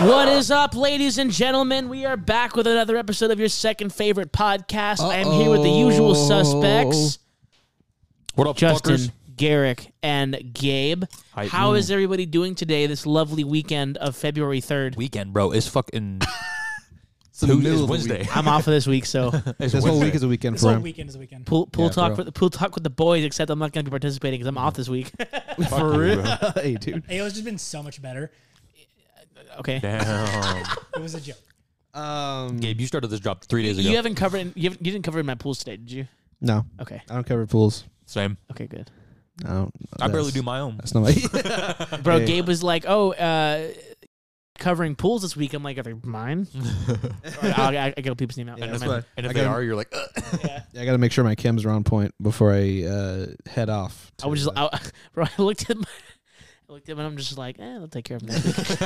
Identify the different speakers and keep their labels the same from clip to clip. Speaker 1: What is up, ladies and gentlemen? We are back with another episode of your second favorite podcast. I am here with the usual suspects
Speaker 2: What up,
Speaker 1: Justin,
Speaker 2: fuckers?
Speaker 1: Garrick, and Gabe. How
Speaker 2: Hi.
Speaker 1: is
Speaker 2: Mm.
Speaker 1: everybody doing today, this lovely weekend of February 3rd?
Speaker 2: Weekend, bro. It's fucking.
Speaker 3: It's the
Speaker 2: Who
Speaker 3: middle
Speaker 2: is
Speaker 3: of the
Speaker 2: Wednesday?
Speaker 3: week.
Speaker 1: I'm off of this week, so
Speaker 2: It's
Speaker 3: This
Speaker 2: Wednesday.
Speaker 3: whole week is a weekend
Speaker 4: This
Speaker 3: for
Speaker 4: whole
Speaker 3: him.
Speaker 4: weekend is a weekend.
Speaker 1: pool, pool
Speaker 3: Yeah,
Speaker 1: talk
Speaker 3: bro.
Speaker 1: with the pool talk with the boys, except I'm not going to be participating because I'm off this week.
Speaker 3: for real, hey dude.
Speaker 4: AO's just been so much better.
Speaker 1: okay.
Speaker 2: Damn.
Speaker 4: It was a joke.
Speaker 3: Um,
Speaker 2: Gabe, you started this job three days ago.
Speaker 1: You haven't covered in, you, haven't, you didn't cover in my pools today, did you?
Speaker 3: no,
Speaker 1: Okay.
Speaker 3: I don't cover pools.
Speaker 2: Same.
Speaker 1: Okay, good.
Speaker 3: I don't.
Speaker 2: I barely
Speaker 3: Oh, that's-
Speaker 2: do my own.
Speaker 3: That's not my.
Speaker 1: Bro,
Speaker 3: Yeah.
Speaker 1: Gabe was like, "Oh, uh covering pools this week." I'm like, "Are they mine?" All right, I'll, I, I gotta peep this name out.
Speaker 3: Yeah,
Speaker 1: Never
Speaker 3: that's
Speaker 1: mind.
Speaker 3: what
Speaker 2: And if
Speaker 3: I
Speaker 2: they
Speaker 3: gotta-
Speaker 2: are, you're like, "Ugh."
Speaker 3: I got to make sure my chems are on point before I uh, head off.
Speaker 1: I was
Speaker 3: to,
Speaker 1: just, I, bro. I looked at my, I looked at him, and I'm just like, "Eh, they'll take care of him." next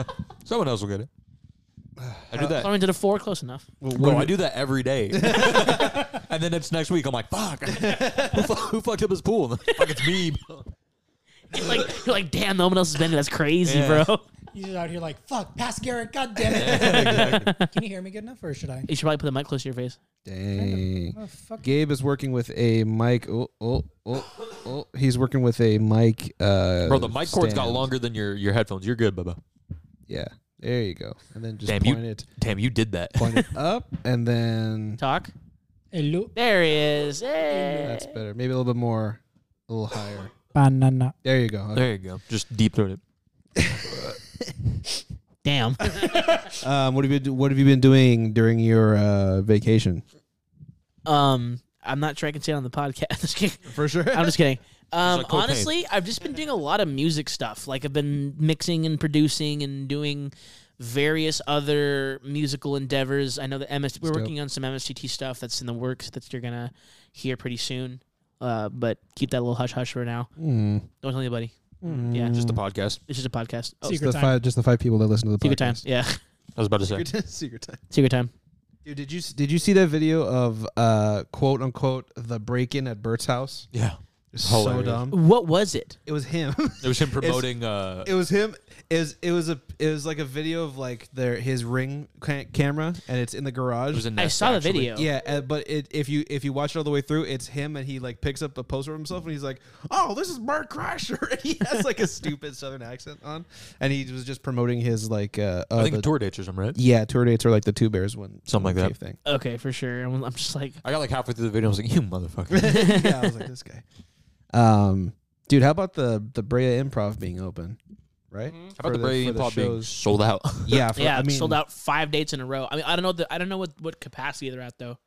Speaker 1: week."
Speaker 2: someone else will get it. I do
Speaker 1: I
Speaker 2: that.
Speaker 1: went to the four, close enough.
Speaker 3: uh, what
Speaker 2: Bro,
Speaker 3: do
Speaker 2: I do that every day. and then it's next week. I'm like, fuck. who, fu- who fucked up his pool? fuck, it's me. bro.
Speaker 1: You're like, you're like, damn, no one else has been. here. That's crazy,
Speaker 2: Yeah.
Speaker 1: bro.
Speaker 4: He's just out here like, fuck, pass Garrett, god damn it. Can you hear me good enough or should I?
Speaker 1: You should probably put the mic close to your face.
Speaker 3: Dang.
Speaker 4: Oh, fuck.
Speaker 3: Gabe is working with a mic. Oh, oh, oh, oh. He's working with a mic. Uh,
Speaker 2: Bro, the mic cord's got
Speaker 3: stand.
Speaker 2: longer than your, your headphones. You're good, Bubba.
Speaker 3: Yeah. There you go. And then just
Speaker 2: Damn, you-
Speaker 3: point it,
Speaker 2: Damn, you did that.
Speaker 3: point it up, and then
Speaker 1: Talk.
Speaker 4: Hello.
Speaker 1: There he is. Hey.
Speaker 3: that's better. Maybe a little bit more, a little higher.
Speaker 4: Banana.
Speaker 3: There you go. Okay.
Speaker 2: There you go. Just deep throat it.
Speaker 1: Damn.
Speaker 3: Um, what have you What have you been doing during your uh, vacation?
Speaker 1: Um, I'm not sure I can say it on the podcast. I'm just kidding.
Speaker 3: For sure.
Speaker 1: I'm just kidding. Um,
Speaker 2: like cocaine.
Speaker 1: honestly, I've just been doing a lot of music stuff. Like I've been mixing and producing and doing various other musical endeavors. I know that MS we're
Speaker 3: dope.
Speaker 1: working on some MSGT stuff that's in the works that you're gonna hear pretty soon. Uh, but keep that a little hush hush for now.
Speaker 3: Mm.
Speaker 1: Don't tell anybody. Yeah,
Speaker 3: Mm.
Speaker 1: just
Speaker 2: Just the podcast.
Speaker 1: it's just a podcast. Oh,
Speaker 4: Secret
Speaker 3: the
Speaker 4: time.
Speaker 3: five, just the five people that listen to the
Speaker 1: secret time.
Speaker 3: podcast.
Speaker 1: Yeah,
Speaker 2: I was about to say.
Speaker 3: Secret time. Secret time.
Speaker 1: secret time.
Speaker 3: Dude, did you did you see that video of uh quote unquote the break in at Bert's house?
Speaker 2: Yeah.
Speaker 3: So
Speaker 2: Hilarious.
Speaker 3: dumb.
Speaker 1: What was it?
Speaker 3: It was him.
Speaker 2: It was him promoting. uh,
Speaker 3: it was him. Is it was a it was like a video of like their his ring ca- camera and it's in the garage.
Speaker 2: it was a
Speaker 1: I
Speaker 2: nest,
Speaker 1: saw the
Speaker 2: actually.
Speaker 1: video.
Speaker 3: Yeah, uh, but it, if you if you watch it all the way through, it's him and he like picks up a poster of himself and he's like, "Oh, this is Mark Crasher." And he has like a stupid Southern accent on, and he was just promoting his like uh, uh
Speaker 2: I think
Speaker 3: the-
Speaker 2: tour dates or something, right?
Speaker 3: yeah tour dates or like the Two Bears one
Speaker 2: Something like that.
Speaker 3: cave thing.
Speaker 1: Okay, for sure. I'm, I'm just like
Speaker 2: I got like halfway through the video. I was like, you motherfucker.
Speaker 3: yeah, I was like this guy. Um, dude, how about the the Brea Improv being open, right?
Speaker 2: How about the,
Speaker 3: For
Speaker 2: Brady
Speaker 3: for
Speaker 2: Pop being
Speaker 3: shows?
Speaker 2: sold out?
Speaker 3: Yeah, for,
Speaker 1: Mm-hmm. yeah,
Speaker 3: I mean,
Speaker 1: sold out five dates in a row. I mean, I don't know. The, I don't know what what capacity they're at though.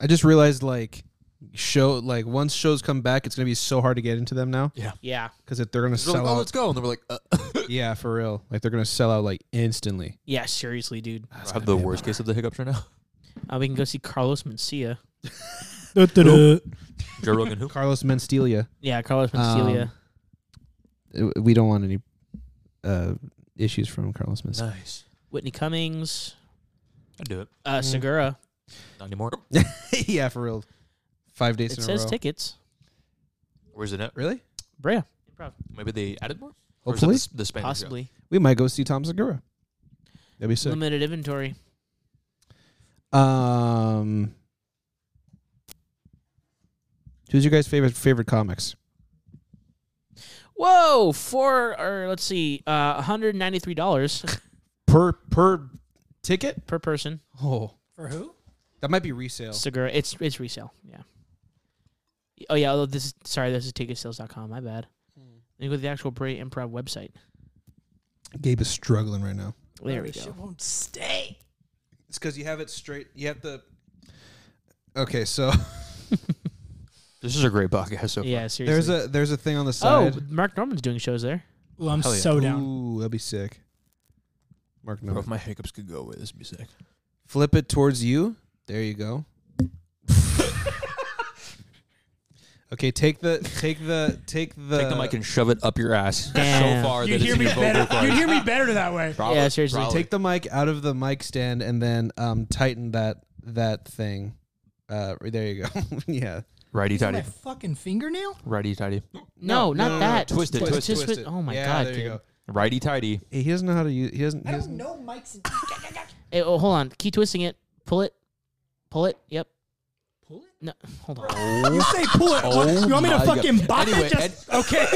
Speaker 3: I just realized like show like once shows come back, it's gonna be so hard to get into them now
Speaker 1: Yeah,
Speaker 3: because they're gonna
Speaker 2: They're like,
Speaker 3: sell
Speaker 2: oh,
Speaker 3: out
Speaker 2: let's go. And they were like, uh,
Speaker 3: Yeah, for real. Like they're gonna sell out like instantly.
Speaker 1: yeah. Seriously, dude.
Speaker 2: I have the worst case of the hiccups right now.
Speaker 1: Uh, we can go see Carlos Mencia.
Speaker 2: Joe Rogan, who?
Speaker 3: Carlos Menstelia.
Speaker 1: Yeah, Carlos Mencia.
Speaker 3: Um, Uh, We don't want any uh, issues from Carlos Mencia.
Speaker 2: Nice.
Speaker 1: Whitney Cummings.
Speaker 2: I'd do it.
Speaker 3: Mm-hmm.
Speaker 1: Uh, Segura.
Speaker 2: Not anymore.
Speaker 3: yeah, for real. Five days
Speaker 1: It
Speaker 3: in a
Speaker 1: says
Speaker 3: row.
Speaker 1: tickets.
Speaker 2: Where's it at?
Speaker 3: really?
Speaker 1: Brea,
Speaker 2: Maybe they added more? Or is it
Speaker 3: Hopefully,
Speaker 2: the, s- the Spanish.
Speaker 1: possibly.
Speaker 3: we might go see Tom Segura. That'd be sick.
Speaker 1: Limited inventory.
Speaker 3: Um, who's your guys' favorite favorite comics?
Speaker 1: Whoa, four or let's see, uh, one hundred ninety three dollars
Speaker 3: Per per ticket?
Speaker 1: per person.
Speaker 3: Oh,
Speaker 4: For who?
Speaker 3: that might be resale.
Speaker 1: Segura. It's it's resale. Yeah. Oh yeah. Although this is sorry, this is ticketsales.com. My bad. Let me go to the actual Bray Improv website.
Speaker 3: Gabe is struggling right now.
Speaker 1: There we
Speaker 4: This
Speaker 1: go.
Speaker 4: shit won't stay.
Speaker 3: It's because you have it straight. You have the. Okay, so
Speaker 2: This is a great podcast. So far.
Speaker 1: Yeah, seriously.
Speaker 3: there's a there's a thing on the
Speaker 1: oh,
Speaker 3: side.
Speaker 1: Mark Norman's doing shows there.
Speaker 4: Ooh, I'm
Speaker 2: Hell yeah.
Speaker 4: so down.
Speaker 3: Ooh, that'd be sick. Mark
Speaker 2: Bro,
Speaker 3: no.
Speaker 2: if my hiccups could go away, this would be sick.
Speaker 3: Flip it towards you. There you go. okay, take the take the take the
Speaker 2: Take the mic and shove it up your ass.
Speaker 1: Damn.
Speaker 2: So far,
Speaker 4: You'd
Speaker 2: that
Speaker 4: hear
Speaker 2: it's
Speaker 4: me
Speaker 2: in your vocal
Speaker 4: better.
Speaker 2: cords.
Speaker 4: You'd hear me better that way.
Speaker 2: Probably-
Speaker 1: Yeah, seriously.
Speaker 2: probably.
Speaker 3: take the mic out of the mic stand and then um tighten that that thing. Uh there you go. yeah.
Speaker 2: righty
Speaker 4: Is that
Speaker 2: tighty.
Speaker 4: my fucking fingernail?
Speaker 2: Righty tighty.
Speaker 1: No, not that.
Speaker 2: Twist it,
Speaker 1: It's
Speaker 2: twist
Speaker 1: just with- Oh my
Speaker 3: yeah,
Speaker 1: god,
Speaker 3: there
Speaker 1: dude.
Speaker 3: you go.
Speaker 2: Righty tighty.
Speaker 3: He doesn't know how to use. He doesn't.
Speaker 4: I
Speaker 3: He
Speaker 4: don't
Speaker 3: doesn't
Speaker 4: know Mike's.
Speaker 1: Hey, oh, hold on. Key twisting it. Pull it. Pull it. Yep.
Speaker 4: Pull it?
Speaker 1: No, hold on.
Speaker 4: you say pull it.
Speaker 2: Oh
Speaker 4: you want me to
Speaker 2: my God.
Speaker 4: fucking bop
Speaker 2: Anyway,
Speaker 4: it? Just, okay.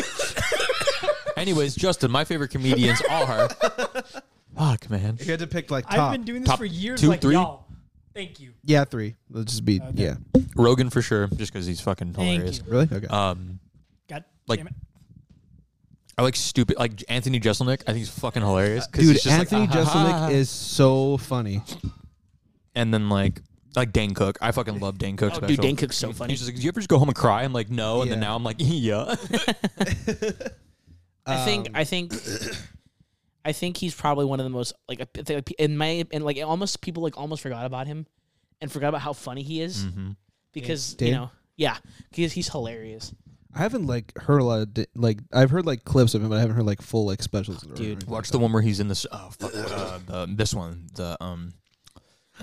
Speaker 2: Anyways, Justin, my favorite comedians are. Fuck, man.
Speaker 3: if you had to pick like top,
Speaker 4: I've been doing this
Speaker 2: Top
Speaker 4: for years
Speaker 2: two,
Speaker 4: like
Speaker 2: three?
Speaker 4: y'all. Thank you.
Speaker 3: yeah, three. Let's just be yeah.
Speaker 2: Rogan for sure, just because he's fucking
Speaker 4: Thank
Speaker 2: hilarious.
Speaker 4: you.
Speaker 3: Really? Okay.
Speaker 2: Um,
Speaker 4: God
Speaker 2: Like-
Speaker 4: damn it.
Speaker 2: I like stupid, like Anthony Jeselnik. I think he's fucking hilarious. 'cause
Speaker 3: Dude,
Speaker 2: he's just
Speaker 3: Anthony
Speaker 2: like, "Ah, ha, ha, ha."
Speaker 3: Jeselnik is so funny.
Speaker 2: and then like like Dan Cook. I fucking love Dan Cook.
Speaker 1: Oh, dude,
Speaker 2: special.
Speaker 1: Dan Cook's so funny.
Speaker 2: He's just like, do you ever just go home and cry? I'm like, no. And then
Speaker 3: Yeah.
Speaker 2: now I'm like, yeah.
Speaker 1: I
Speaker 3: um,
Speaker 1: think I think I think he's probably one of the most like I think, like, in my and like almost people like almost forgot about him and forgot about how funny he is because
Speaker 3: Mm-hmm. Dan?
Speaker 1: you know yeah because he's hilarious.
Speaker 3: I haven't like heard a lot of di- like I've heard like clips of him, but I haven't heard like full like specials. or
Speaker 1: Dude.
Speaker 3: anything.
Speaker 2: Watch the one where he's in this. Oh fuck, uh, the, this one, the um,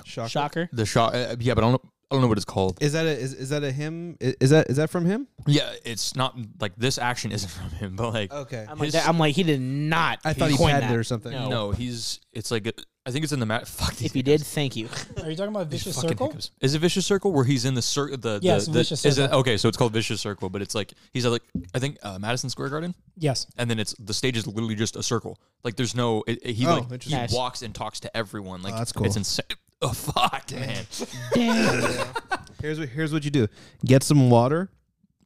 Speaker 3: Shocker.
Speaker 1: Shocker.
Speaker 2: the shot. Uh, yeah, but I don't. I don't know what it's called.
Speaker 3: Is that a is, is that a him? i- Is that is that from him?
Speaker 2: Yeah, it's not like this action isn't from him, but like,
Speaker 3: Okay.
Speaker 1: I'm like,
Speaker 2: His-
Speaker 1: that, I'm like he did not.
Speaker 3: I thought he
Speaker 1: coin
Speaker 3: had
Speaker 1: that.
Speaker 3: it or something.
Speaker 1: No.
Speaker 2: no, he's. It's like I think it's in the mat. Fuck. these
Speaker 1: If you
Speaker 2: hiccups.
Speaker 1: did, thank you.
Speaker 4: Are you talking about
Speaker 2: These
Speaker 4: vicious
Speaker 2: fucking
Speaker 4: circle?
Speaker 2: hiccups. Is it vicious circle where he's in the circle? The,
Speaker 4: Yes,
Speaker 2: the, the-
Speaker 4: Vicious
Speaker 2: is it-
Speaker 4: Circle.
Speaker 2: okay, so it's called vicious circle, but it's like he's at like I think uh, Madison Square Garden.
Speaker 4: Yes.
Speaker 2: and then it's the stage is literally just a circle. Like there's no it, it- he
Speaker 3: Oh,
Speaker 2: like he
Speaker 3: interesting.
Speaker 1: Nice.
Speaker 2: walks and talks to everyone. Like
Speaker 3: Oh, that's cool.
Speaker 2: It's insane. Oh fuck, man!
Speaker 3: Here's what here's what you do. Get some water.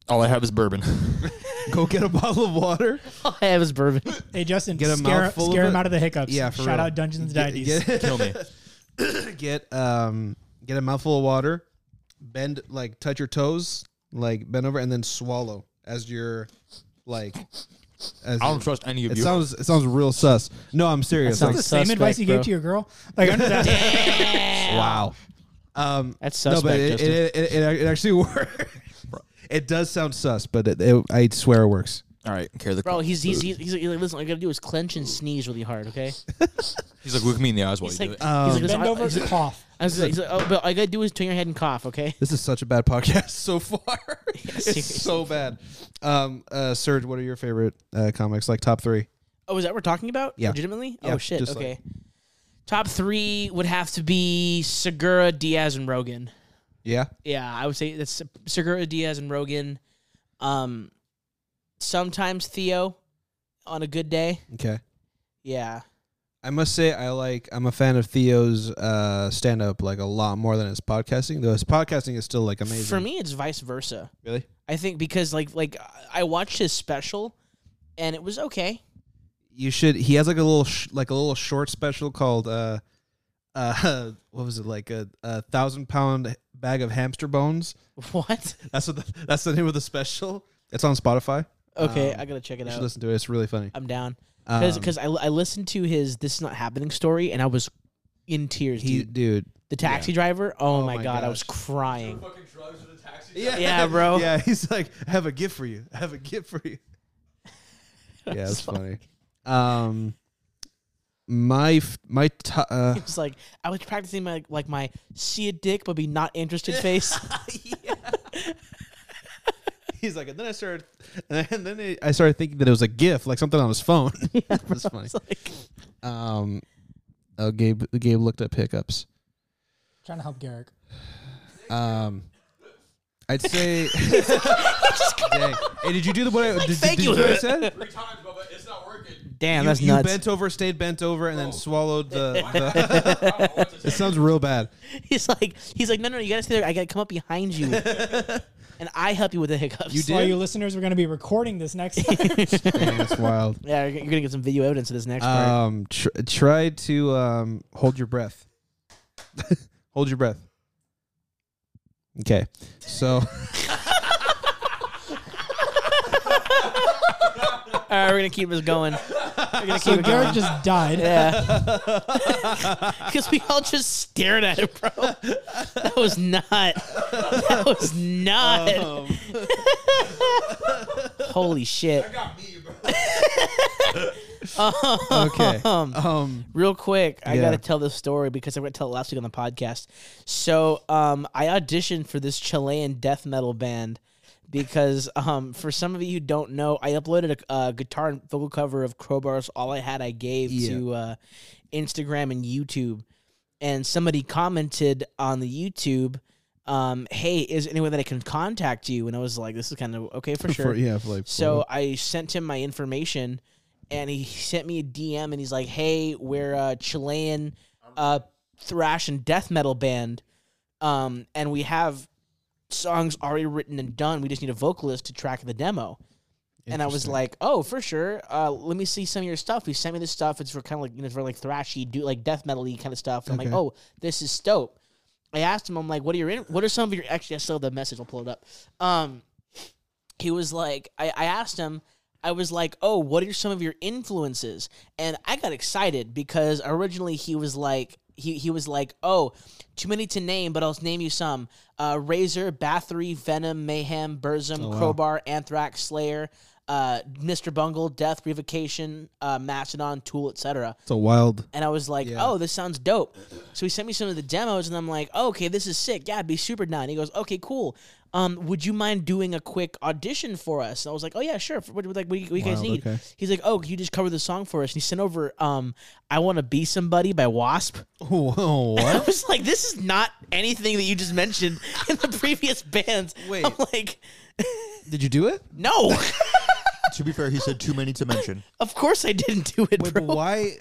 Speaker 2: All I have is bourbon.
Speaker 3: Go get a bottle of water.
Speaker 1: All I have is bourbon.
Speaker 4: Hey Justin,
Speaker 3: Get a
Speaker 4: scare,
Speaker 3: mouthful of
Speaker 4: scare him
Speaker 3: it.
Speaker 4: out of the hiccups.
Speaker 3: Yeah, for
Speaker 4: Shout
Speaker 3: real.
Speaker 4: out Dungeons and
Speaker 3: Get-
Speaker 4: Dice.
Speaker 3: Get,
Speaker 2: Kill me.
Speaker 3: get um get a mouthful of water. Bend like touch your toes, like bend over, and then swallow as you're like. As
Speaker 2: I don't trust any of
Speaker 3: It
Speaker 2: you.
Speaker 3: sounds it sounds real sus. No, I'm serious.
Speaker 1: That
Speaker 3: Like,
Speaker 4: the
Speaker 1: sounds-
Speaker 4: same
Speaker 1: Suspect,
Speaker 4: advice you
Speaker 1: bro.
Speaker 4: gave to your girl. Like under that.
Speaker 3: wow. Um,
Speaker 1: That's
Speaker 3: no,
Speaker 1: suspect.
Speaker 3: but it,
Speaker 1: Justin.
Speaker 3: it, it, it, it actually works. it does sound sus, but it, it, I swear it works.
Speaker 2: All right, care the
Speaker 1: Bro, he's he's, he's, he's like, listen, all you gotta do is clench and sneeze really hard, okay?
Speaker 2: He's like look me in the eyes while
Speaker 1: He's
Speaker 2: you
Speaker 1: like,
Speaker 2: do it.
Speaker 1: he's like, listen,
Speaker 4: Bend
Speaker 1: Um, I-
Speaker 4: over,
Speaker 1: he's like-
Speaker 4: cough.
Speaker 1: I was like, he's like, oh, but all you gotta do is turn your head and cough, okay?
Speaker 3: This is such a bad podcast so far.
Speaker 1: seriously.
Speaker 3: it's so bad. Um, uh, Serge, what are your favorite uh, comics? Like top three?
Speaker 1: Oh, is that what we're talking about?
Speaker 3: Yeah.
Speaker 1: Legitimately?
Speaker 3: Yeah,
Speaker 1: oh shit.
Speaker 3: just like-
Speaker 1: Okay. Top three would have to be Segura, Diaz, and Rogan.
Speaker 3: Yeah,
Speaker 1: Yeah, I would say that's Segura, Diaz, and Rogan. Um, sometimes Theo, on a good day.
Speaker 3: okay.
Speaker 1: Yeah.
Speaker 3: I must say, I like. I'm a fan of Theo's uh, stand up like a lot more than his podcasting. Though his podcasting is still like amazing.
Speaker 1: For me, it's vice versa.
Speaker 3: really.
Speaker 1: I think because like like I watched his special, and it was okay.
Speaker 3: you should he has like a little sh- like a little short special called uh uh what was it like a, a thousand pound bag of hamster bones
Speaker 1: What?
Speaker 3: that's what the, that's the name of the special it's on spotify
Speaker 1: Okay,
Speaker 3: Um,
Speaker 1: I gotta check it
Speaker 3: you should
Speaker 1: out.
Speaker 3: listen to it it's really funny
Speaker 1: I'm down because
Speaker 3: Um,
Speaker 1: I, I listened to his "This Is Not Happening" story and I was in tears.
Speaker 3: he
Speaker 1: dude.
Speaker 3: dude
Speaker 1: The taxi driver. Oh,
Speaker 3: Oh
Speaker 1: my
Speaker 3: my
Speaker 1: god, I
Speaker 3: gosh.
Speaker 1: was crying.
Speaker 3: yeah
Speaker 1: Yeah, bro.
Speaker 3: yeah he's like i have a gift for you i have a gift for you yeah it's funny um my f- my t- uh
Speaker 1: It's like I was practicing my like my see a dick but be not interested face.
Speaker 3: he's like and then i started and then I- i started thinking that it was a gift like something on his phone it's funny
Speaker 1: It's like
Speaker 3: Um, oh, Gabe, Gabe looked up hiccups.
Speaker 4: Trying to help Garrick.
Speaker 3: Um, I'd say. Dang. Hey, did you do the what? I, did,
Speaker 1: "Thank
Speaker 3: did
Speaker 1: you."
Speaker 3: what I said?
Speaker 2: Three times, Bubba, it's not working.
Speaker 1: damn,
Speaker 3: you,
Speaker 1: that's
Speaker 3: you
Speaker 1: nuts.
Speaker 3: bent over, stayed bent over, and then swallowed the. the Oh. it sounds real bad.
Speaker 1: He's like he's like no no you gotta stay there. I gotta come up behind you and I help you with the hiccups.
Speaker 3: You
Speaker 4: So all
Speaker 3: did?
Speaker 4: you listeners, we're going to be recording this next time.
Speaker 3: Dang, that's wild.
Speaker 1: Yeah, you're, you're gonna get some video evidence of this next part.
Speaker 3: Um, tr- try to um hold your breath. hold your breath. Okay, so
Speaker 1: All right, we're gonna keep this going. We're gonna keep
Speaker 4: so
Speaker 1: it going.
Speaker 4: Garrick just died.
Speaker 1: yeah, because we all just stared at it, bro. That was not. That was not. Holy shit.
Speaker 3: okay,
Speaker 1: Um,
Speaker 3: um,
Speaker 1: Real quick, I
Speaker 3: Yeah.
Speaker 1: gotta tell this story because I got to tell it last week on the podcast. So, um, I auditioned for this Chilean death metal band because um, for some of you who don't know, I uploaded a, a guitar and vocal cover of Crowbar's "All I Had." I gave to uh, Instagram and YouTube, and somebody commented on the YouTube, um, "Hey, is there any way that I can contact you?" And I was like, "This is kind of okay for sure."
Speaker 3: For, yeah, for like
Speaker 1: So I sent him my information, and he sent me a DM, and he's like, "Hey, we're a Chilean uh, thrash and death metal band, um, and we have songs already written and done. We just need a vocalist to track the demo." And I was like, "Oh, for sure. Uh, let me see some of your stuff." He sent me this stuff. It's for kind of like you know, it's for like thrashy, do like death metal-y kind of stuff. And I'm
Speaker 3: Okay.
Speaker 1: like, "Oh, this is dope." I asked him, "I'm like, what are your in- what are some of your?" Actually, I still have the message. I'll pull it up. Um, he was like, I, I asked him, I was like, oh, what are some of your influences? And I got excited because originally he was like, he, he was like, oh, too many to name, but I'll name you some. Uh, Razor, Bathory, Venom, Mayhem, Burzum, Crowbar, Anthrax, Slayer, uh, Mr. Bungle, Death, Revocation, uh, Mastodon, Tool, etc.
Speaker 3: it's a wild.
Speaker 1: And I was like, oh, this sounds dope. So he sent me some of the demos, and I'm like, oh, okay, this is sick. Yeah, it'd be super down. He goes, okay, cool. Um, would you mind doing a quick audition for us? And I was like, oh yeah, sure. What, what- like, what do you, what do you guys
Speaker 3: Wild,
Speaker 1: need?
Speaker 3: okay.
Speaker 1: He's like, oh, can you just cover the song for us? And he sent over, um, I want to be somebody by Wasp.
Speaker 3: Whoa,
Speaker 1: I
Speaker 3: oh, what?
Speaker 1: was like, this is not anything that you just mentioned in the previous bands.
Speaker 3: Wait.
Speaker 1: I'm like,
Speaker 3: Did you do it?
Speaker 1: no,
Speaker 2: to be fair, he said too many to mention.
Speaker 1: of course I didn't do it,
Speaker 3: Wait,
Speaker 1: bro.
Speaker 3: but why?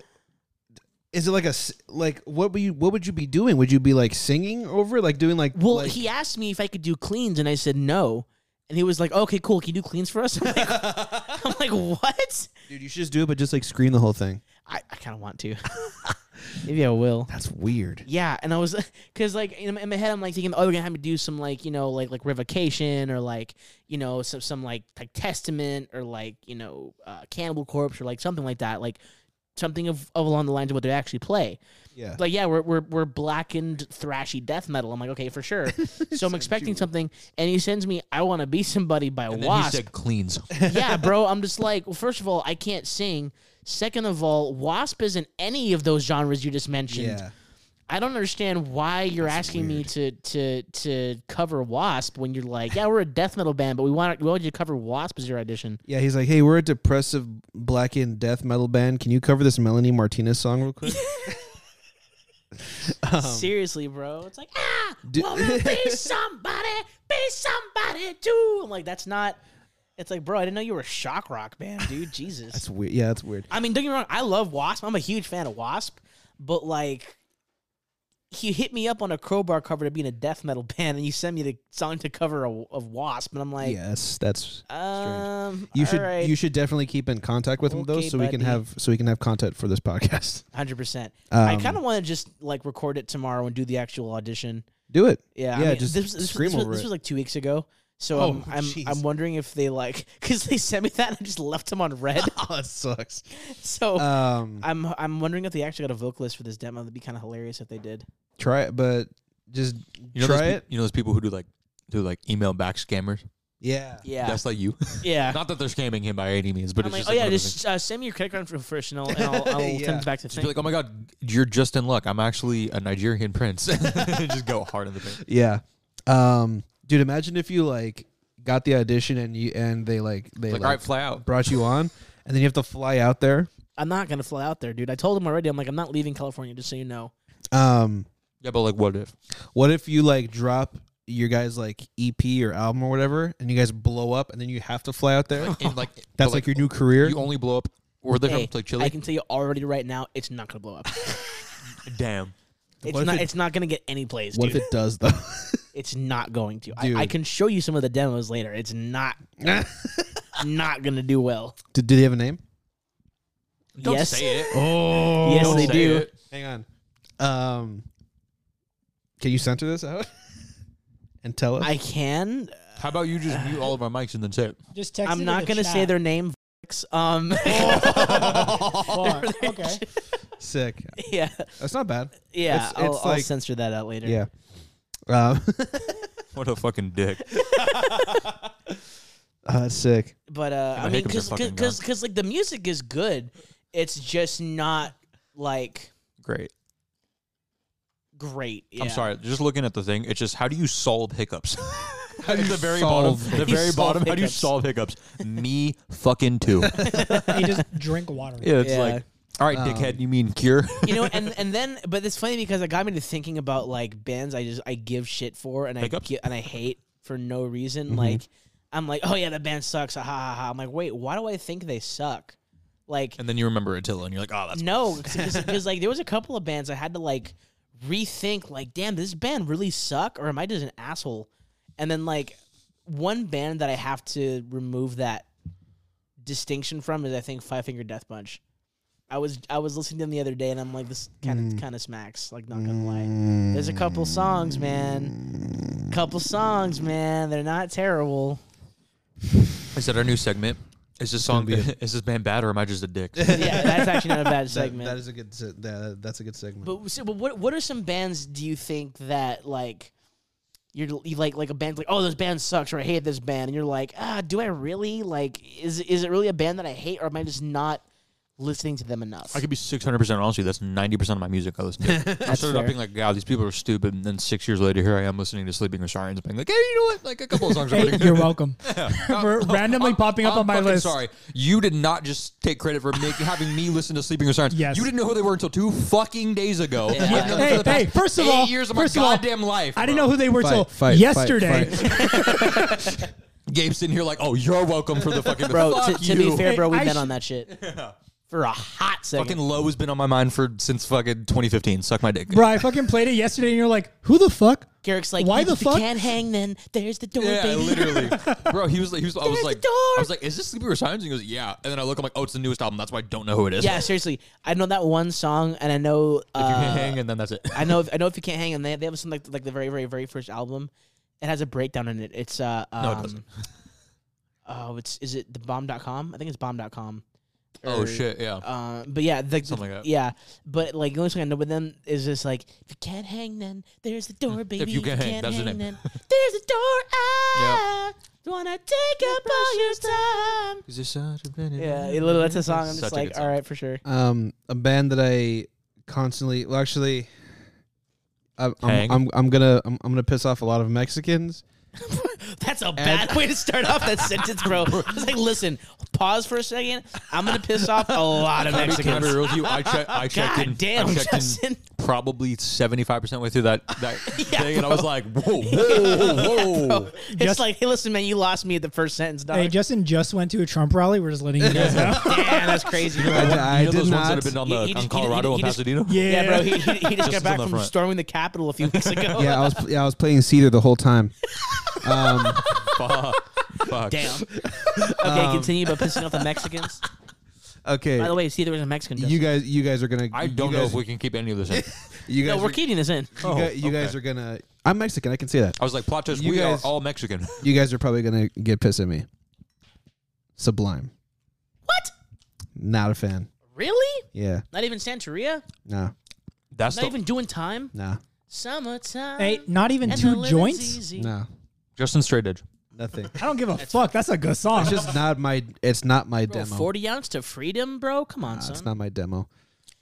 Speaker 3: Is it like a s- like what would you what would you be doing? Would you be like singing over it? like doing like
Speaker 1: Well,
Speaker 3: like,
Speaker 1: he asked me if I could do cleans, and I said no. And he was like, "Okay, cool. Can you do cleans for us?" I'm like, I'm like, "What?"
Speaker 3: dude, you should just do it, but just like scream the whole thing.
Speaker 1: I, I kind of want to. Maybe I will.
Speaker 3: That's weird.
Speaker 1: Yeah, and I was because like in, my- in my head, I'm like thinking, "Oh, they're gonna have me do some like you know like like revocation or like you know some some like like testament or like you know uh, cannibal corpse or like something like that, like something of, of along the lines of what they actually play."
Speaker 3: Yeah,
Speaker 1: like yeah we're, we're, we're blackened thrashy death metal i'm like okay for sure so i'm expecting something and he sends me i want to be somebody by
Speaker 2: And then he
Speaker 1: wasp
Speaker 2: said cleans.
Speaker 1: yeah bro i'm just like well first of all i can't sing second of all wasp isn't any of those genres you just mentioned
Speaker 3: yeah.
Speaker 1: i don't understand why you're asking me to to to cover wasp when you're like yeah we're a death metal band but we want we want you to cover wasp as your audition
Speaker 3: Yeah, he's like, hey, we're a depressive blackened death metal band. Can you cover this Melanie Martinez song real quick?
Speaker 1: seriously bro it's like ah
Speaker 3: Um, Do-
Speaker 1: wanna be somebody, be somebody too. I'm like, that's not. It's like, bro, I didn't know you were a shock rock band, dude. Jesus.
Speaker 3: That's weird. Yeah, that's weird.
Speaker 1: I mean, don't get me wrong. I love Wasp. I'm a huge fan of Wasp, but like, you hit me up on a crowbar cover to be in a death metal band, and you send me the song to cover a, of Wasp, and I'm like,
Speaker 3: yes, that's
Speaker 1: um,
Speaker 3: you should
Speaker 1: alright.
Speaker 3: you should definitely keep in contact with him though,
Speaker 1: Okay,
Speaker 3: so we can
Speaker 1: buddy.
Speaker 3: have so we can have content for this podcast.
Speaker 1: hundred percent. I
Speaker 3: Um,
Speaker 1: kind of want to just like record it tomorrow and do the actual audition.
Speaker 3: Do it.
Speaker 1: Yeah,
Speaker 3: yeah.
Speaker 1: I mean,
Speaker 3: just
Speaker 1: this, this,
Speaker 3: scream
Speaker 1: this, was,
Speaker 3: over
Speaker 1: this
Speaker 3: it.
Speaker 1: was like two weeks ago. So
Speaker 3: Oh,
Speaker 1: um, I'm
Speaker 3: jeez.
Speaker 1: I'm wondering if they like because they sent me that and I just left them on red.
Speaker 3: oh, that sucks.
Speaker 1: so
Speaker 3: Um,
Speaker 1: I'm I'm wondering if they actually got a vocalist for this demo. That'd be kind of hilarious if they did.
Speaker 3: try it, but just
Speaker 2: You know
Speaker 3: try
Speaker 2: those, pe-
Speaker 3: it.
Speaker 2: You know those people who do like do like email back scammers.
Speaker 3: Yeah.
Speaker 1: Yeah,
Speaker 2: That's like you.
Speaker 1: yeah.
Speaker 2: Not that they're scamming him by any means, but
Speaker 1: I'm
Speaker 2: it's
Speaker 1: like,
Speaker 2: just
Speaker 1: oh
Speaker 2: like
Speaker 1: yeah,
Speaker 2: one of those things.
Speaker 1: just uh, send me your credit card information. I'll, and I'll, I'll
Speaker 3: Yeah.
Speaker 1: send it back to the
Speaker 2: Just be
Speaker 1: thing.
Speaker 2: like, oh my god, you're just in luck. I'm actually a Nigerian prince. just go hard in the paint.
Speaker 3: Yeah. Um, dude, imagine if you like got the audition and you and they like they
Speaker 2: Like,
Speaker 3: like,
Speaker 2: all right, fly out.
Speaker 3: brought you on, and then you have to fly out there.
Speaker 1: I'm not gonna fly out there, dude. I told him already. I'm like, I'm not leaving California, just so you know.
Speaker 3: Um,
Speaker 2: Yeah, but like, what if?
Speaker 3: what if you like drop your guys like EP or album or whatever, and you guys blow up, and then you have to fly out there?
Speaker 2: And Oh. like, but,
Speaker 3: That's like your new career.
Speaker 2: You only blow up, or they're
Speaker 1: Hey,
Speaker 2: from like
Speaker 1: I
Speaker 2: Chile.
Speaker 1: can tell you already right now, it's not gonna blow up.
Speaker 2: Damn.
Speaker 1: It's
Speaker 3: if
Speaker 1: not.
Speaker 3: it-
Speaker 1: it's not gonna get any plays.
Speaker 3: what
Speaker 1: dude.
Speaker 3: if it does though?
Speaker 1: It's not going to. I, I
Speaker 3: Dude.
Speaker 1: can show you some of the demos later. It's not not gonna do well.
Speaker 3: Did do they have a name?
Speaker 2: Don't
Speaker 1: Yes.
Speaker 2: say it.
Speaker 3: Oh,
Speaker 1: Yes,
Speaker 2: Don't
Speaker 1: they
Speaker 2: say
Speaker 1: do.
Speaker 2: it.
Speaker 3: Hang on. Um, can you center this out and tell us?
Speaker 1: I can.
Speaker 2: How about you just mute all of our mics and then say it?
Speaker 4: Just text.
Speaker 1: I'm not gonna say their name. Um.
Speaker 2: Oh.
Speaker 4: Okay.
Speaker 3: Sick.
Speaker 1: yeah.
Speaker 3: That's not bad.
Speaker 1: Yeah.
Speaker 3: It's-
Speaker 1: I'll,
Speaker 3: it's
Speaker 1: I'll
Speaker 3: like-
Speaker 1: censor that out later.
Speaker 3: Yeah. Um,
Speaker 2: What a fucking dick.
Speaker 3: oh, that's sick.
Speaker 1: But uh,
Speaker 2: My
Speaker 1: I mean,
Speaker 2: hiccups are
Speaker 1: because
Speaker 2: fucking
Speaker 1: because because like the music is good. It's just not like
Speaker 2: Great.
Speaker 1: great.
Speaker 2: I'm
Speaker 1: yeah.
Speaker 2: sorry. Just looking at the thing, it's just how do you solve hiccups? At the very bottom.
Speaker 3: solve
Speaker 2: The very
Speaker 1: solve
Speaker 2: bottom. How do you
Speaker 1: hiccups?
Speaker 2: solve hiccups? Me fucking too.
Speaker 4: you just drink water.
Speaker 2: Yeah, it's
Speaker 1: Yeah.
Speaker 2: like, all right, dickhead, you mean cure?
Speaker 1: you know, and and then, but it's funny because it got me to thinking about like bands I just I give shit for and I
Speaker 2: Hiccups? Mm-hmm.
Speaker 1: gi- and I hate for no reason. Like I'm like, oh yeah, the band sucks. Ha ha ha, ha. I'm like, wait, why do I think they suck? Like
Speaker 2: and then you remember Attila, and you're like, oh, that's
Speaker 1: no, because like there was a couple of bands I had to like rethink. Like, damn, does this band really suck, or am I just an asshole? And then like one band that I have to remove that distinction from is I think Five Finger Death Punch. I was I was listening to them the other day, and I'm like, this kind of kind of smacks. Like, not gonna lie, there's a couple songs, man. Couple songs, man. They're not terrible.
Speaker 2: Is that our new segment? Is this song?
Speaker 3: be a-
Speaker 2: is this band bad or am I just a dick?
Speaker 1: yeah, that's actually not a bad
Speaker 3: That,
Speaker 1: segment.
Speaker 3: that is a good. se- That, that's a good segment.
Speaker 1: But so, but what what are some bands do you think that like you're you like like a band like oh this band sucks or I hate this band and you're like ah do I really like is is it really a band that I hate or am I just not listening to them enough?
Speaker 2: I could be 600 percent honest with you. That's 90 percent of my music I listen to. I started
Speaker 1: fair.
Speaker 2: up being like, "God, these people are stupid," and then six years later, here I am listening to Sleeping with Sirens, being like, "Hey, you know what? Like a couple of songs are
Speaker 4: Hey,
Speaker 2: pretty
Speaker 4: you're
Speaker 2: good."
Speaker 4: welcome. For
Speaker 2: Oh,
Speaker 4: randomly
Speaker 2: I'm-
Speaker 4: popping up
Speaker 2: I'm
Speaker 4: on my
Speaker 2: fucking
Speaker 4: list.
Speaker 2: Sorry, you did not just take credit for making having me listen to Sleeping with Sirens.
Speaker 4: Yes.
Speaker 2: you didn't know who they were until two fucking days ago.
Speaker 1: Yeah.
Speaker 2: I've known them for
Speaker 4: Hey,
Speaker 2: the past
Speaker 4: hey, first of
Speaker 2: eight
Speaker 4: all-
Speaker 2: years of
Speaker 4: first
Speaker 2: my
Speaker 4: of all,
Speaker 2: goddamn life.
Speaker 4: I didn't
Speaker 2: bro.
Speaker 4: know who they were till yesterday.
Speaker 2: Gabe's in here like, "Oh, you're welcome for the fucking
Speaker 1: bro, to,
Speaker 2: Fuck
Speaker 1: to be
Speaker 2: you.
Speaker 1: fair, bro,
Speaker 4: Hey,
Speaker 1: we've
Speaker 4: I
Speaker 1: been
Speaker 4: sh-
Speaker 1: on that shit for a hot second.
Speaker 2: Fucking low has been on my mind for since fucking 2015. Suck my dick.
Speaker 4: Bro, I fucking played it yesterday, and you're like, "Who the fuck?"
Speaker 1: Garrick's like
Speaker 4: Why
Speaker 1: if
Speaker 4: the
Speaker 1: you
Speaker 4: fuck?
Speaker 1: can't hang then there's the door
Speaker 2: Yeah,
Speaker 1: baby.
Speaker 2: literally, bro. He was, like- he was. I
Speaker 1: There's
Speaker 2: was
Speaker 1: the
Speaker 2: like,
Speaker 1: door.
Speaker 2: I was like, is this Sleepy with Sirens? And he goes, yeah. And then I look, I'm like, oh, it's the newest album. That's why I don't know who it is.
Speaker 1: Yeah, seriously, I know that one song and I know
Speaker 2: If you can
Speaker 1: uh,
Speaker 2: hang, and then that's it.
Speaker 1: I know. If, I know if you can't hang, and they they have some like like the very very very first album. It has a breakdown in it. It's uh um,
Speaker 2: No, it doesn't.
Speaker 1: Oh, it's is it the bomb.com? I think it's bomb.com.
Speaker 2: oh
Speaker 1: Or,
Speaker 2: shit, yeah.
Speaker 1: Uh, but yeah, the,
Speaker 2: Something like that.
Speaker 1: yeah, but like the only thing I know with them is just like if you can't hang, then there's the door, baby.
Speaker 2: you can hang, that's the
Speaker 1: hang,
Speaker 2: name.
Speaker 1: then there's the door. I wanna take up all your time.
Speaker 2: Is this such a minute?
Speaker 1: Yeah, it, literally- that's a song. I'm
Speaker 2: Such
Speaker 1: just
Speaker 2: a
Speaker 1: like,
Speaker 2: good song.
Speaker 1: all right, for sure.
Speaker 3: um, a band that I constantly, well, actually, I,
Speaker 2: Hang.
Speaker 3: I'm, I'm, I'm gonna, I'm, I'm gonna piss off a lot of Mexicans.
Speaker 1: That's a bad way to start off that sentence, bro. It's like, listen, pause for a second. I'm gonna piss off a lot of
Speaker 2: Can I be- Can I be
Speaker 1: Mexicans.
Speaker 2: real with you? I, check, I checked
Speaker 1: God
Speaker 2: in.
Speaker 1: damn,
Speaker 2: I checked
Speaker 1: Justin.
Speaker 2: in probably 75% way through that, that
Speaker 1: Yeah,
Speaker 2: thing, and I was like, whoa, whoa, whoa.
Speaker 1: It's like, hey, listen, man, you lost me at the first sentence, dog.
Speaker 4: Hey, Justin just went to a Trump rally. We're just letting you guys know.
Speaker 1: Damn, that's crazy.
Speaker 2: I,
Speaker 1: Bro.
Speaker 3: d- I
Speaker 2: you know
Speaker 3: did
Speaker 2: those ones
Speaker 3: not-
Speaker 2: that have been on,
Speaker 1: He-
Speaker 2: the,
Speaker 1: he
Speaker 2: on
Speaker 1: just- he-
Speaker 2: Colorado
Speaker 1: he
Speaker 2: and
Speaker 1: just-
Speaker 2: Pasadena?
Speaker 1: Yeah, bro, he, he, he just
Speaker 2: Justin's
Speaker 1: got
Speaker 2: on
Speaker 1: back
Speaker 2: the
Speaker 1: from
Speaker 2: front.
Speaker 1: storming the Capitol a few weeks ago.
Speaker 3: Yeah, I was, yeah, I was playing Cedar the whole time. Um,
Speaker 2: Fuck. Fuck.
Speaker 1: Damn. Okay, continue about pissing off the Mexicans.
Speaker 3: okay,
Speaker 1: By the way, see, there was a Mexican.
Speaker 3: you guys, you guys are gonna.
Speaker 2: I
Speaker 3: you
Speaker 2: don't know
Speaker 3: guys-
Speaker 2: if we can keep any of this in.
Speaker 3: You guys,
Speaker 1: no,
Speaker 3: are,
Speaker 1: we're keeping this in.
Speaker 3: you, guys, you guys
Speaker 2: okay.
Speaker 3: are gonna. I'm Mexican. I can say that.
Speaker 2: I was like, plot twist,
Speaker 3: You
Speaker 2: we
Speaker 3: guys-
Speaker 2: are all Mexican.
Speaker 3: You guys are probably gonna get pissed at me. Sublime.
Speaker 1: What?
Speaker 3: Not a fan.
Speaker 1: Really?
Speaker 3: Yeah.
Speaker 1: Not even Santeria?
Speaker 3: No.
Speaker 2: That's
Speaker 1: Not
Speaker 2: the,
Speaker 1: even doing time?
Speaker 3: No.
Speaker 1: Summertime.
Speaker 4: hey, not even
Speaker 1: and the
Speaker 4: two
Speaker 1: living's
Speaker 4: joints.
Speaker 1: easy.
Speaker 3: No.
Speaker 2: Justin Straight
Speaker 1: Mm.
Speaker 2: Edge.
Speaker 3: Nothing.
Speaker 4: I don't give a fuck. That's a good song.
Speaker 3: It's just not my. It's not my
Speaker 1: Bro,
Speaker 3: demo.
Speaker 1: 40 ounce to freedom, bro? Come on,
Speaker 3: Nah,
Speaker 1: son.
Speaker 3: it's not my demo.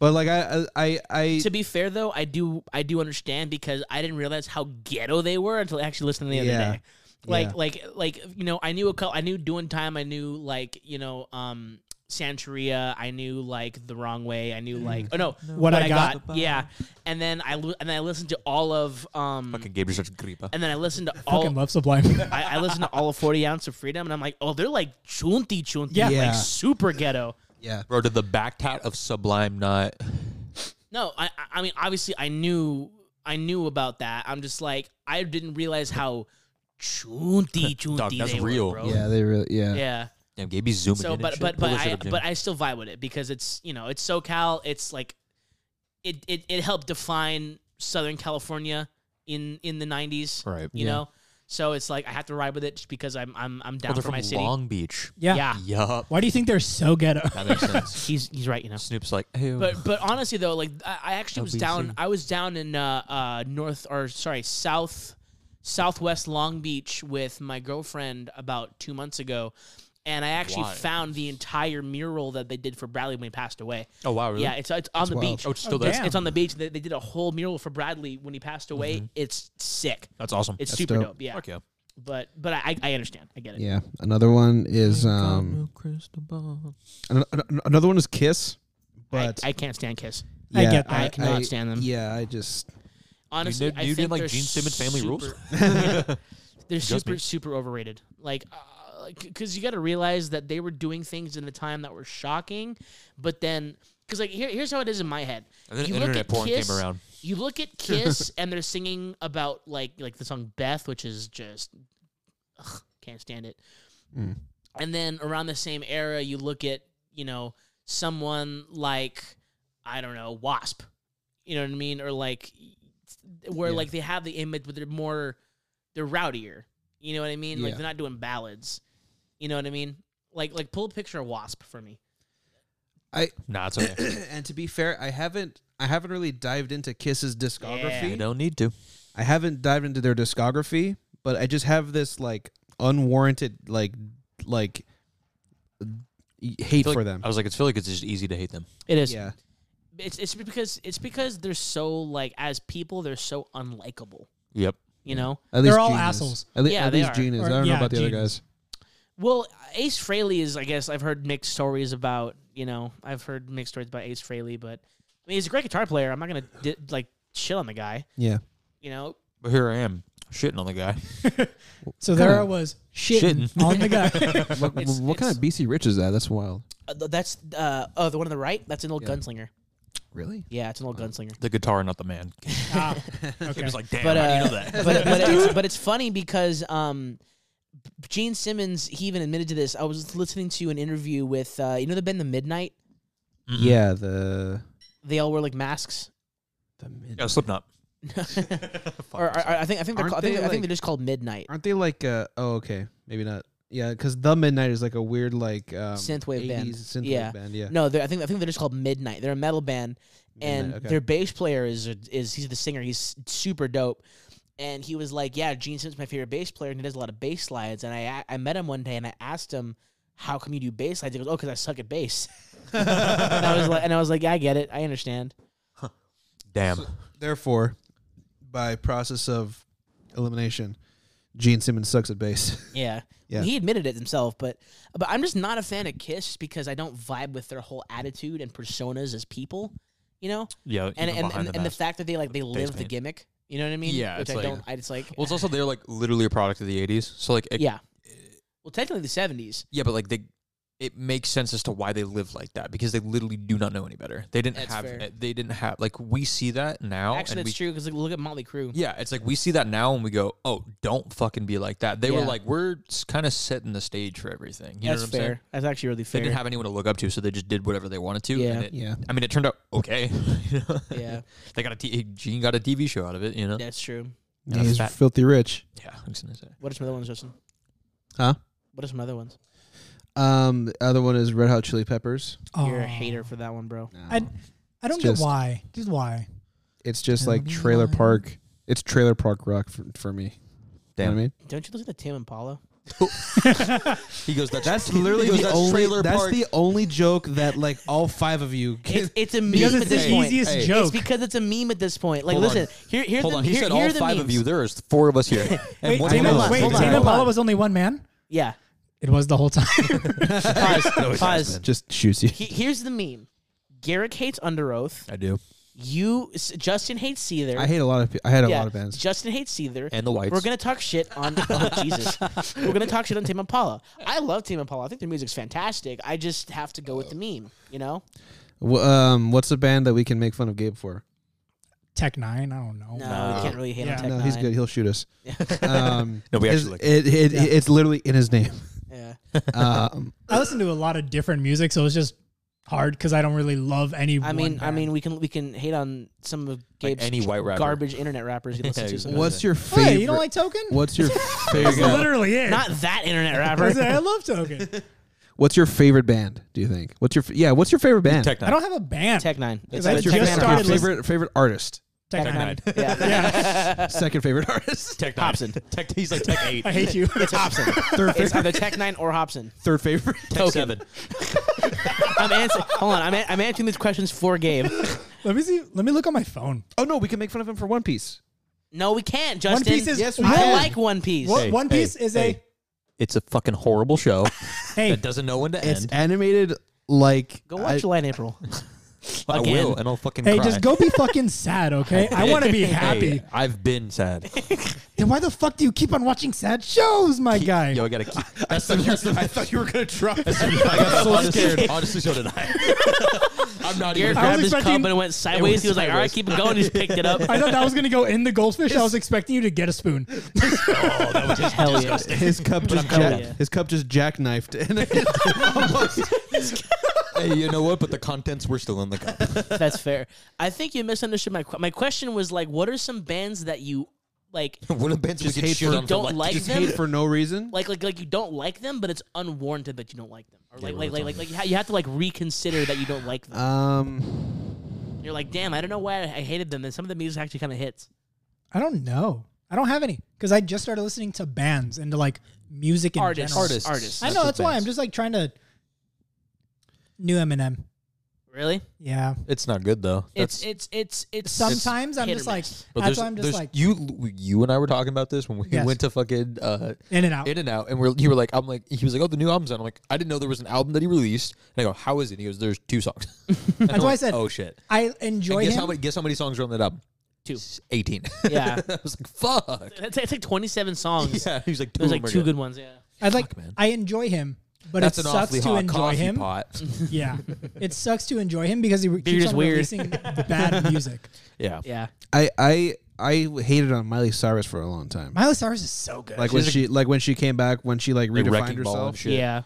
Speaker 3: But like I, I, I, I
Speaker 1: to be fair though, I do I do understand because I didn't realize how ghetto they were until I actually listened to the other
Speaker 3: Yeah.
Speaker 1: day. Like
Speaker 3: Yeah.
Speaker 1: like like you know, I knew a couple I knew doing time, I knew like, you know, um Santeria, I knew like the wrong way, I knew like oh no,
Speaker 4: What I Got.
Speaker 1: Yeah. And then I li- and then I listened to all of um
Speaker 2: Fucking Gabriel such a creeper.
Speaker 1: and then I listened to
Speaker 4: fucking
Speaker 1: all
Speaker 4: love Sublime.
Speaker 1: I, I listened to all of 40 ounce of freedom and I'm like, "Oh, they're like chunty chunty,
Speaker 4: Yeah.
Speaker 1: like
Speaker 3: Yeah.
Speaker 1: super ghetto."
Speaker 3: yeah.
Speaker 2: Bro, did the back tat of Sublime not?
Speaker 1: No, I I- I mean obviously I knew I knew about that. I'm just like I didn't realize how chunty chunty
Speaker 2: Dog, that's
Speaker 1: they were,
Speaker 2: real.
Speaker 1: bro.
Speaker 3: Yeah, they really. Yeah.
Speaker 1: Yeah.
Speaker 2: Damn, Gabe's zooming
Speaker 1: So
Speaker 2: in.
Speaker 1: but but but I but I still vibe with it because it's, you know, it's SoCal, it's like it it, it helped define Southern California in in the 90s,
Speaker 2: Right.
Speaker 1: you know. So it's like I have to ride with it just because I'm I'm I'm down for
Speaker 2: they're from
Speaker 1: my city.
Speaker 2: Long Beach.
Speaker 4: Yeah.
Speaker 1: yeah.
Speaker 2: Yup.
Speaker 4: Why do you think they're so ghetto?
Speaker 2: That makes sense.
Speaker 1: He's he's right, you know.
Speaker 2: Snoop's like, hey,
Speaker 1: But but honestly though, like I, I actually was
Speaker 2: LBC.
Speaker 1: down. I was down in uh, uh north or sorry south southwest Long Beach with my girlfriend about two months ago, and I actually
Speaker 2: Why?
Speaker 1: found the entire mural that they did for Bradley when he passed away.
Speaker 2: oh wow, really?
Speaker 1: Yeah, it's it's on the
Speaker 3: wild.
Speaker 1: beach.
Speaker 2: Oh, it's still
Speaker 4: Oh,
Speaker 2: there.
Speaker 4: damn.
Speaker 1: It's on the beach. They,
Speaker 2: Mm-hmm.
Speaker 1: they did a whole mural for Bradley when he passed away. It's sick.
Speaker 2: That's awesome.
Speaker 1: It's super dope.
Speaker 3: dope.
Speaker 1: Yeah.
Speaker 2: Fuck yeah.
Speaker 1: But but I I understand. I get it.
Speaker 3: Yeah. Another one is um an- an- another one is Kiss. But
Speaker 1: I, I can't stand Kiss.
Speaker 4: I
Speaker 3: yeah,
Speaker 4: get that.
Speaker 1: I, cannot stand them.
Speaker 3: Yeah, I just
Speaker 1: Honestly,
Speaker 2: did-
Speaker 1: I
Speaker 2: you did
Speaker 1: think
Speaker 2: like
Speaker 1: they're
Speaker 2: Gene Simmons Family Rules?
Speaker 1: super- yeah. they're super
Speaker 2: me.
Speaker 1: super overrated. Like, because you got to realize that they were doing things in the time that were shocking, but then because like here, here's how it is in my head.
Speaker 2: And then
Speaker 1: you look
Speaker 2: internet
Speaker 1: at
Speaker 2: porn came
Speaker 1: Kiss,
Speaker 2: around.
Speaker 1: You look at Kiss and they're singing about like like the song Beth, which is just ugh, can't stand it.
Speaker 3: Mm.
Speaker 1: And then around the same era, you look at you know someone like I don't know Wasp, you know what I mean, or like where
Speaker 3: Yeah.
Speaker 1: like they have the image, but they're more they're rowdier. You know what I mean? Like
Speaker 3: Yeah.
Speaker 1: they're not doing ballads. You know what I mean? Like like pull a picture of Wasp for me.
Speaker 3: I
Speaker 2: Nah, it's okay.
Speaker 3: and to be fair, I haven't I haven't really dived into Kiss's discography.
Speaker 2: you don't need to.
Speaker 3: I haven't dived into their discography, but I just have this like unwarranted like like y-
Speaker 2: Feel
Speaker 3: hate
Speaker 2: like-
Speaker 3: for them.
Speaker 2: I was like, it's feel like it's just easy to hate them.
Speaker 1: It is.
Speaker 3: Yeah.
Speaker 1: It's it's because it's because they're so like as people they're so unlikable.
Speaker 2: Yep.
Speaker 1: You know.
Speaker 3: At
Speaker 4: They're
Speaker 3: least
Speaker 4: all
Speaker 3: Gene is.
Speaker 4: assholes.
Speaker 3: At, le-
Speaker 1: Yeah,
Speaker 3: at
Speaker 1: they
Speaker 3: least
Speaker 1: are.
Speaker 3: Gene is.
Speaker 4: Or-
Speaker 3: I don't know
Speaker 4: yeah,
Speaker 3: about the other
Speaker 4: Gene
Speaker 3: guys.
Speaker 4: is.
Speaker 1: Well, Ace Frehley is I guess I've heard mixed stories about. You know, I've heard mixed stories about Ace Frehley, but I mean he's a great guitar player. I'm not gonna di- like shit on the guy.
Speaker 3: Yeah.
Speaker 1: You know.
Speaker 2: But here I am, shitting on the guy.
Speaker 4: So there I was shitting
Speaker 2: Shitting.
Speaker 4: on the guy.
Speaker 3: what
Speaker 1: It's-
Speaker 3: what kind
Speaker 1: it's-
Speaker 3: of BC Rich is that? That's wild.
Speaker 1: Uh, th- that's uh oh the one on the right. That's an old
Speaker 3: Yeah. Uh-huh.
Speaker 1: gunslinger.
Speaker 3: Really?
Speaker 1: Yeah, it's an old gunslinger.
Speaker 2: The guitar, not the man.
Speaker 4: Ah, okay.
Speaker 2: It's like, damn,
Speaker 1: but
Speaker 2: how do
Speaker 1: uh,
Speaker 2: you know that?
Speaker 1: but but it's, but it's funny because um, Gene Simmons he even admitted to this. I was listening to an interview with uh, you know the band The Midnight.
Speaker 3: Yeah. The
Speaker 1: They all wear like masks.
Speaker 3: the mid-
Speaker 1: Oh.
Speaker 2: Yeah, Slipknot.
Speaker 1: Or, or- or I think I think they're
Speaker 3: Aren't
Speaker 1: called, I, think,
Speaker 3: they,
Speaker 1: I think
Speaker 3: like-
Speaker 1: they're just called Midnight.
Speaker 3: aren't they like? Uh, oh, okay. Maybe not. Yeah, because the Midnight is like a weird like um,
Speaker 1: Synthwave band.
Speaker 3: 80s Synthwave
Speaker 1: Yeah.
Speaker 3: band. Yeah.
Speaker 1: No, they're- I think I think they're just called Midnight. They're a metal band, and
Speaker 3: Midnight, okay.
Speaker 1: their bass player is is he's the singer. He's super dope. And he was like, "Yeah, Gene Simmons my favorite bass player, and he does a lot of bass slides." And I I met him one day, and I asked him, "How come you do bass slides?" He goes, "Oh, because I suck at bass." and I was like, "And I was like, yeah, I get it. I understand."
Speaker 2: Damn.
Speaker 3: Therefore, by process of elimination, Gene Simmons sucks at bass.
Speaker 1: Yeah.
Speaker 3: Yeah.
Speaker 1: He admitted it himself, but but I'm just not a fan of Kiss just because I don't vibe with their whole attitude and personas as people, you know?
Speaker 2: Yeah.
Speaker 1: And
Speaker 2: even
Speaker 1: and,
Speaker 2: behind
Speaker 1: and, and the
Speaker 2: mask.
Speaker 1: fact that they like they live the
Speaker 2: paint.
Speaker 1: gimmick. You know what I mean?
Speaker 2: Yeah,
Speaker 1: Which
Speaker 2: it's
Speaker 1: I
Speaker 2: like-
Speaker 1: don't I just like
Speaker 2: Well, it's also they're like literally a product of the '80s. So like, it-
Speaker 1: Yeah. Well, technically the seventies.
Speaker 2: yeah, but like they, it makes sense as to why they live like that because they literally do not know any better. They didn't
Speaker 1: That's
Speaker 2: have,
Speaker 1: fair.
Speaker 2: they didn't have like we see that now.
Speaker 1: Actually,
Speaker 2: and we,
Speaker 1: that's true because like, look at Motley Crue.
Speaker 2: Yeah, it's like we see that now and we go, oh, don't fucking be like that. They were
Speaker 1: Yeah.
Speaker 2: like, we're kind of setting the stage for everything. You
Speaker 1: that's
Speaker 2: know what I'm
Speaker 1: fair.
Speaker 2: saying?
Speaker 1: That's actually really
Speaker 2: They
Speaker 1: fair.
Speaker 2: didn't have anyone to look up to, so they just did whatever they wanted to.
Speaker 1: Yeah.
Speaker 2: and it-
Speaker 3: Yeah.
Speaker 2: I mean, it turned out okay. you know?
Speaker 1: yeah,
Speaker 2: they got a t- Gene got a TV show out of it. You know. Yeah.
Speaker 1: that's true.
Speaker 2: Yeah,
Speaker 3: He's
Speaker 2: fat-
Speaker 3: filthy rich.
Speaker 2: I was gonna say.
Speaker 1: What are some other ones, Justin?
Speaker 3: Huh?
Speaker 1: What are some other ones?
Speaker 3: Um, the other one is Red Hot Chili Peppers.
Speaker 1: You're
Speaker 4: Aw.
Speaker 1: a hater for that one, bro.
Speaker 4: I, I
Speaker 3: It's
Speaker 4: don't get
Speaker 3: just-
Speaker 4: why. Just why?
Speaker 3: It's just like
Speaker 4: Everybody
Speaker 3: trailer
Speaker 4: lying.
Speaker 3: park. It's trailer park rock for, for me. You know what I mean?
Speaker 1: Don't you listen to Tim and Paula?
Speaker 2: He goes, that's,
Speaker 3: That's
Speaker 2: literally
Speaker 3: literally
Speaker 2: goes,
Speaker 3: the
Speaker 2: "That's
Speaker 3: only.
Speaker 2: trailer
Speaker 3: That's
Speaker 2: park."
Speaker 3: the only joke that like all five of you.
Speaker 1: It's,
Speaker 3: Can,
Speaker 1: it's a meme
Speaker 4: Because
Speaker 1: at
Speaker 4: it's the
Speaker 1: this point.
Speaker 4: easiest
Speaker 2: Hey,
Speaker 4: joke.
Speaker 1: It's because it's a meme at this point. Like,
Speaker 2: Hold on.
Speaker 1: listen, here, here,
Speaker 2: Hold
Speaker 1: the,
Speaker 2: on, he
Speaker 1: here,
Speaker 2: said
Speaker 1: here
Speaker 2: all
Speaker 1: are the
Speaker 2: five
Speaker 1: memes.
Speaker 2: of you. There's four of us here, and
Speaker 4: Wait,
Speaker 2: one
Speaker 4: Tame
Speaker 2: of
Speaker 1: hold
Speaker 4: Impala-
Speaker 1: on,
Speaker 2: us
Speaker 4: wait,
Speaker 2: is
Speaker 1: hold on,
Speaker 4: Tame
Speaker 2: Taylor.
Speaker 1: hold
Speaker 4: Impala
Speaker 1: on.
Speaker 4: was only one man.
Speaker 1: Yeah,
Speaker 4: It was the whole time.
Speaker 2: "Oh,
Speaker 1: pause, pause.
Speaker 3: just shoots you.
Speaker 1: He- here's the meme. Garrick hates Under Oath.
Speaker 2: I do,
Speaker 1: You, S- Justin hates Seether.
Speaker 3: I hate a lot of. pe- I had a
Speaker 1: Yeah,
Speaker 3: lot of bands.
Speaker 1: Justin hates Seether.
Speaker 2: and the whites.
Speaker 1: We're gonna talk shit on oh, Jesus. We're gonna talk shit on Tame Impala. I love Tame Impala. I think their music's fantastic. I just have to go with the meme. You know?
Speaker 3: Wh- um, what's a band that we can make fun of Gabe for?
Speaker 4: Tech Nine. I don't know.
Speaker 1: No, we can't really hate
Speaker 4: Yeah.
Speaker 1: on Tech
Speaker 3: no, he's
Speaker 1: Nine.
Speaker 3: good. He'll shoot us. Um,
Speaker 2: No, we
Speaker 3: his-
Speaker 2: actually like
Speaker 3: it, it,
Speaker 4: Yeah.
Speaker 3: It's literally in his name.
Speaker 1: Yeah.
Speaker 3: Um,
Speaker 4: I listen to a lot of different music, so it's just hard because I don't really love any.
Speaker 1: I mean, I mean, we can we can hate on some of Gabe's
Speaker 2: any white rapper.
Speaker 1: garbage internet rappers he listens to. sometimes.
Speaker 3: what's your favorite?
Speaker 4: Hey, you don't like Token?
Speaker 3: what's your
Speaker 4: That's
Speaker 3: favorite?
Speaker 4: literally it.
Speaker 1: Not that internet
Speaker 4: I,
Speaker 1: rapper.
Speaker 4: said, I love Token.
Speaker 3: What's your favorite band? Do you think? What's your f- yeah? What's your favorite band?
Speaker 2: Tech
Speaker 4: I don't have a band.
Speaker 1: Tech Nine.
Speaker 4: Because
Speaker 1: a
Speaker 4: I
Speaker 1: Tech
Speaker 4: just
Speaker 1: Nine
Speaker 3: Your
Speaker 4: started
Speaker 1: rapper.
Speaker 4: listening-
Speaker 3: favorite favorite artist.
Speaker 4: Tech,
Speaker 2: Tech
Speaker 4: Nine.
Speaker 2: Nine.
Speaker 1: Yeah.
Speaker 3: Second favorite artist.
Speaker 2: Tech Nine.
Speaker 1: Hobson.
Speaker 2: Tech, he's like Tech Eight.
Speaker 4: I hate you.
Speaker 1: It's Hobson.
Speaker 3: Third
Speaker 1: It's
Speaker 3: favorite.
Speaker 1: either Tech Nine or Hobson.
Speaker 3: Third favorite.
Speaker 2: Tech Seven.
Speaker 1: I'm answering. Hold on. I'm, an- I'm answering these questions for Gabe.
Speaker 4: let me see. Let me look on my phone.
Speaker 3: Oh no, we can make fun of him for One Piece.
Speaker 1: No, we can't, Justin.
Speaker 4: Piece is-
Speaker 3: Yes, we
Speaker 1: I
Speaker 3: can.
Speaker 1: like One Piece.
Speaker 4: One-
Speaker 2: Hey,
Speaker 4: One
Speaker 2: hey,
Speaker 4: Piece is
Speaker 2: hey. It's a fucking horrible show
Speaker 4: a hey.
Speaker 2: that doesn't know when to
Speaker 3: It's
Speaker 2: end.
Speaker 3: animated like
Speaker 1: Go watch July and April.
Speaker 2: I
Speaker 1: again.
Speaker 2: will, and I'll fucking
Speaker 4: Hey,
Speaker 2: cry.
Speaker 4: just go be fucking sad, okay? I want to be happy.
Speaker 2: Hey, I've been sad.
Speaker 4: Then why the fuck do you keep on watching sad shows, my guy?
Speaker 2: Yo, I gotta keep.
Speaker 3: I thought, you were, I thought you were gonna drop.
Speaker 2: I got
Speaker 3: so
Speaker 2: scared. Honestly, so did I. I'm not
Speaker 1: Garrett
Speaker 2: even.
Speaker 4: I
Speaker 1: grabbed
Speaker 4: was
Speaker 1: his cup
Speaker 4: expecting-
Speaker 1: and it went sideways.
Speaker 2: was
Speaker 1: he was like, all right,
Speaker 2: sideways.
Speaker 1: keep it going. He just picked it up.
Speaker 4: I thought that was gonna go in the goldfish. I was expecting you to get a spoon.
Speaker 1: Hell yeah.
Speaker 3: His cup just
Speaker 1: kinda-
Speaker 3: jack,
Speaker 1: Yeah.
Speaker 3: his cup just jackknifed, and it
Speaker 2: Hey, you know what? But the contents were still in the cup.
Speaker 1: That's fair. I think you misunderstood my que- my question was like, what are some bands that you like
Speaker 2: what a bench we
Speaker 3: Just
Speaker 2: get
Speaker 3: hate
Speaker 2: shit
Speaker 3: for-
Speaker 2: on
Speaker 1: don't
Speaker 2: for
Speaker 1: like
Speaker 2: just
Speaker 1: them?
Speaker 3: paid for no reason.
Speaker 1: like like like you don't like them, but it's unwarranted that you don't like them, or like
Speaker 2: what
Speaker 1: like
Speaker 2: are we
Speaker 1: like like, like you, ha- you have to like reconsider that you don't like them.
Speaker 3: Um,
Speaker 1: You're like, damn, I don't know why I I hated them, and some of the music actually kind of hits.
Speaker 4: I don't know. I don't have any because I just started listening to bands and to like music in
Speaker 1: Artists,
Speaker 4: general.
Speaker 2: Artists.
Speaker 1: artists.
Speaker 4: I
Speaker 2: That's
Speaker 4: know
Speaker 2: what
Speaker 4: that's why
Speaker 2: bands.
Speaker 4: I'm just like trying to new Eminem.
Speaker 1: Really?
Speaker 4: Yeah.
Speaker 2: It's not good though.
Speaker 1: It's
Speaker 2: That's-
Speaker 1: it's it's it's
Speaker 4: Sometimes I'm
Speaker 1: hit or
Speaker 4: just like
Speaker 1: miss.
Speaker 2: but
Speaker 4: that's
Speaker 2: there's-
Speaker 4: why I'm just
Speaker 2: there's-
Speaker 4: like
Speaker 2: you. You and I were talking about this when we
Speaker 4: Yes.
Speaker 2: went to fucking uh,
Speaker 4: in and out.
Speaker 2: In and Out, and we're, you were like, I'm like, he was like, oh, the new album's out. I'm like, I didn't know there was an album that he released. And I go, how is it? And he goes, there's two songs. That's
Speaker 4: why I said-
Speaker 2: oh shit.
Speaker 4: I
Speaker 2: And
Speaker 4: enjoy
Speaker 2: guess
Speaker 4: him.
Speaker 2: how many? Guess how many songs are on that album?
Speaker 1: Two.
Speaker 2: S- Eighteen.
Speaker 1: Yeah.
Speaker 2: I was like, fuck.
Speaker 1: It's, it's like 27 songs.
Speaker 2: Yeah, he was like, two
Speaker 1: There's
Speaker 2: of
Speaker 1: like
Speaker 2: them are
Speaker 1: two good ones. Yeah.
Speaker 4: I like
Speaker 2: man.
Speaker 4: I enjoy him, but
Speaker 2: That's
Speaker 4: it
Speaker 2: an
Speaker 4: sucks
Speaker 2: awfully
Speaker 4: to
Speaker 2: hot
Speaker 4: enjoy
Speaker 2: coffee
Speaker 4: him.
Speaker 2: pot.
Speaker 4: Yeah, it sucks to enjoy him because he re-
Speaker 1: Beard
Speaker 4: keeps
Speaker 1: is
Speaker 4: on
Speaker 1: weird.
Speaker 4: releasing bad music.
Speaker 2: yeah.
Speaker 1: Yeah.
Speaker 3: I I I hated on Miley Cyrus for a long time.
Speaker 4: Miley Cyrus is so good.
Speaker 3: Like when
Speaker 2: She's a-
Speaker 3: she like when she came back when she like
Speaker 2: Like
Speaker 3: redefined
Speaker 2: wrecking ball
Speaker 3: herself.
Speaker 2: and shit.
Speaker 1: Yeah.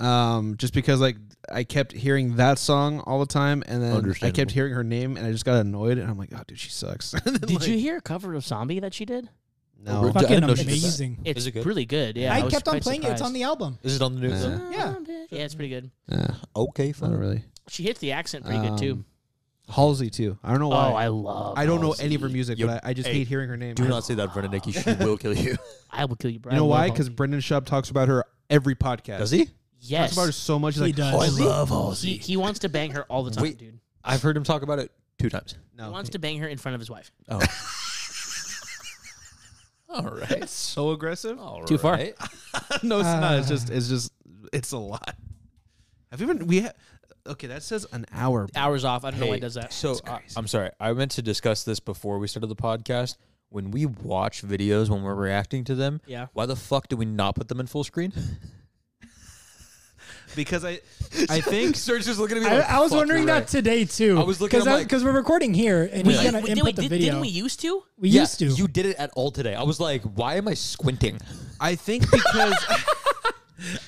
Speaker 3: um, just because like I kept hearing that song all the time, and then I kept
Speaker 2: Understandable.
Speaker 3: hearing her name, and I just got annoyed, and I'm like, oh, dude, she sucks. And then,
Speaker 1: Did
Speaker 3: like,
Speaker 1: you hear a cover of Zombie that she did?
Speaker 3: No,
Speaker 2: I
Speaker 4: fucking
Speaker 2: didn't know she did that.
Speaker 4: amazing.
Speaker 1: It's
Speaker 2: it good?
Speaker 1: really good. Yeah.
Speaker 4: I,
Speaker 1: was
Speaker 4: kept on
Speaker 1: quite
Speaker 4: playing it. It's on the album.
Speaker 2: Is it on the news?
Speaker 3: Yeah.
Speaker 1: surprised.
Speaker 4: Yeah.
Speaker 1: Yeah, it's pretty good.
Speaker 3: yeah,
Speaker 2: Okay,
Speaker 3: not
Speaker 2: fine.
Speaker 3: really.
Speaker 1: She hits the accent pretty good too.
Speaker 3: Um, Halsey too. I don't know
Speaker 1: Oh,
Speaker 3: why.
Speaker 1: I love.
Speaker 3: I, don't know any of her music,
Speaker 2: Yo,
Speaker 3: but I, I just
Speaker 2: hey,
Speaker 3: hate hearing her name.
Speaker 2: Do
Speaker 3: I-
Speaker 2: not say that in front of Nikki. She will kill you.
Speaker 1: I will kill you, Brian.
Speaker 3: You know
Speaker 1: I love
Speaker 3: why?
Speaker 1: all-
Speaker 3: Because Brendan Schaub talks about her every podcast.
Speaker 2: Does he?
Speaker 3: Talks about her
Speaker 1: yes,
Speaker 3: so much. He's
Speaker 4: He
Speaker 3: like,
Speaker 4: does.
Speaker 3: "Oh, I
Speaker 4: Does he?
Speaker 3: love
Speaker 1: he,
Speaker 3: Halsey.
Speaker 1: he wants to bang her all the time,
Speaker 2: Wait.
Speaker 1: dude.
Speaker 2: I've heard him talk about it two times.
Speaker 1: He
Speaker 3: No,
Speaker 1: wants to bang her in front of his wife.
Speaker 2: Oh. All right.
Speaker 3: so aggressive.
Speaker 2: All
Speaker 1: Too far.
Speaker 2: right.
Speaker 3: no, it's not. It's just, it's just, it's a lot. Have you been? We ha- okay. That says an hour.
Speaker 1: Hours off. I don't know why
Speaker 2: Hey,
Speaker 1: he does that.
Speaker 2: So I, am sorry. I meant to discuss this before we started the podcast. When we watch videos, when we're reacting to them,
Speaker 1: Yeah.
Speaker 2: why the fuck do we not put them in full screen?
Speaker 3: because I, I think
Speaker 2: Serge just looking at me.
Speaker 4: I, I was wondering that today too.
Speaker 2: I was looking, I'm like-
Speaker 4: because we're recording here and he's
Speaker 1: Like,
Speaker 4: gonna
Speaker 1: we- did,
Speaker 4: input
Speaker 1: we-
Speaker 4: the
Speaker 1: did-
Speaker 4: video.
Speaker 1: Didn't we used to?
Speaker 4: We used to.
Speaker 2: You did it at all today. I was like, why am I squinting?
Speaker 3: I think because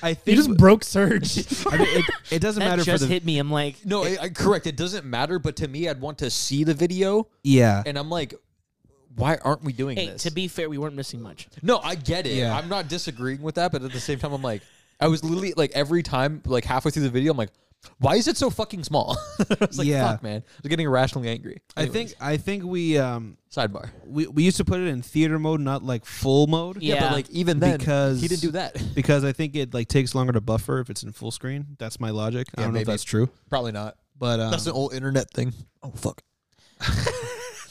Speaker 3: I
Speaker 4: You
Speaker 3: think
Speaker 4: just broke Surge.
Speaker 3: I mean, it, it doesn't
Speaker 1: That
Speaker 3: matter for
Speaker 1: just
Speaker 3: the
Speaker 1: hit me. I'm like,
Speaker 2: No, I, I, correct. It doesn't matter, but to me, I'd want to see the video,
Speaker 3: yeah.
Speaker 2: and I'm like, why aren't we doing
Speaker 1: hey,
Speaker 2: this?
Speaker 1: to be fair, we weren't missing much.
Speaker 2: No, I get it.
Speaker 3: Yeah.
Speaker 2: I'm not disagreeing with that, but at the same time, I'm like, I was literally like every time, like halfway through the video, I'm like, why is it so fucking small? I was like,
Speaker 3: Yeah.
Speaker 2: fuck, man. I was getting irrationally angry.
Speaker 3: I think I think we um
Speaker 2: sidebar.
Speaker 3: we, we used to put it in theater mode, not like full mode.
Speaker 1: Yeah.
Speaker 2: but like even then,
Speaker 3: Because-
Speaker 2: he didn't do that.
Speaker 3: Because I think it like takes longer to buffer if it's in full screen. That's my logic. I don't know if
Speaker 2: maybe.
Speaker 3: that's true,
Speaker 2: Probably not.
Speaker 3: but um,
Speaker 2: That's an old internet thing. Oh fuck,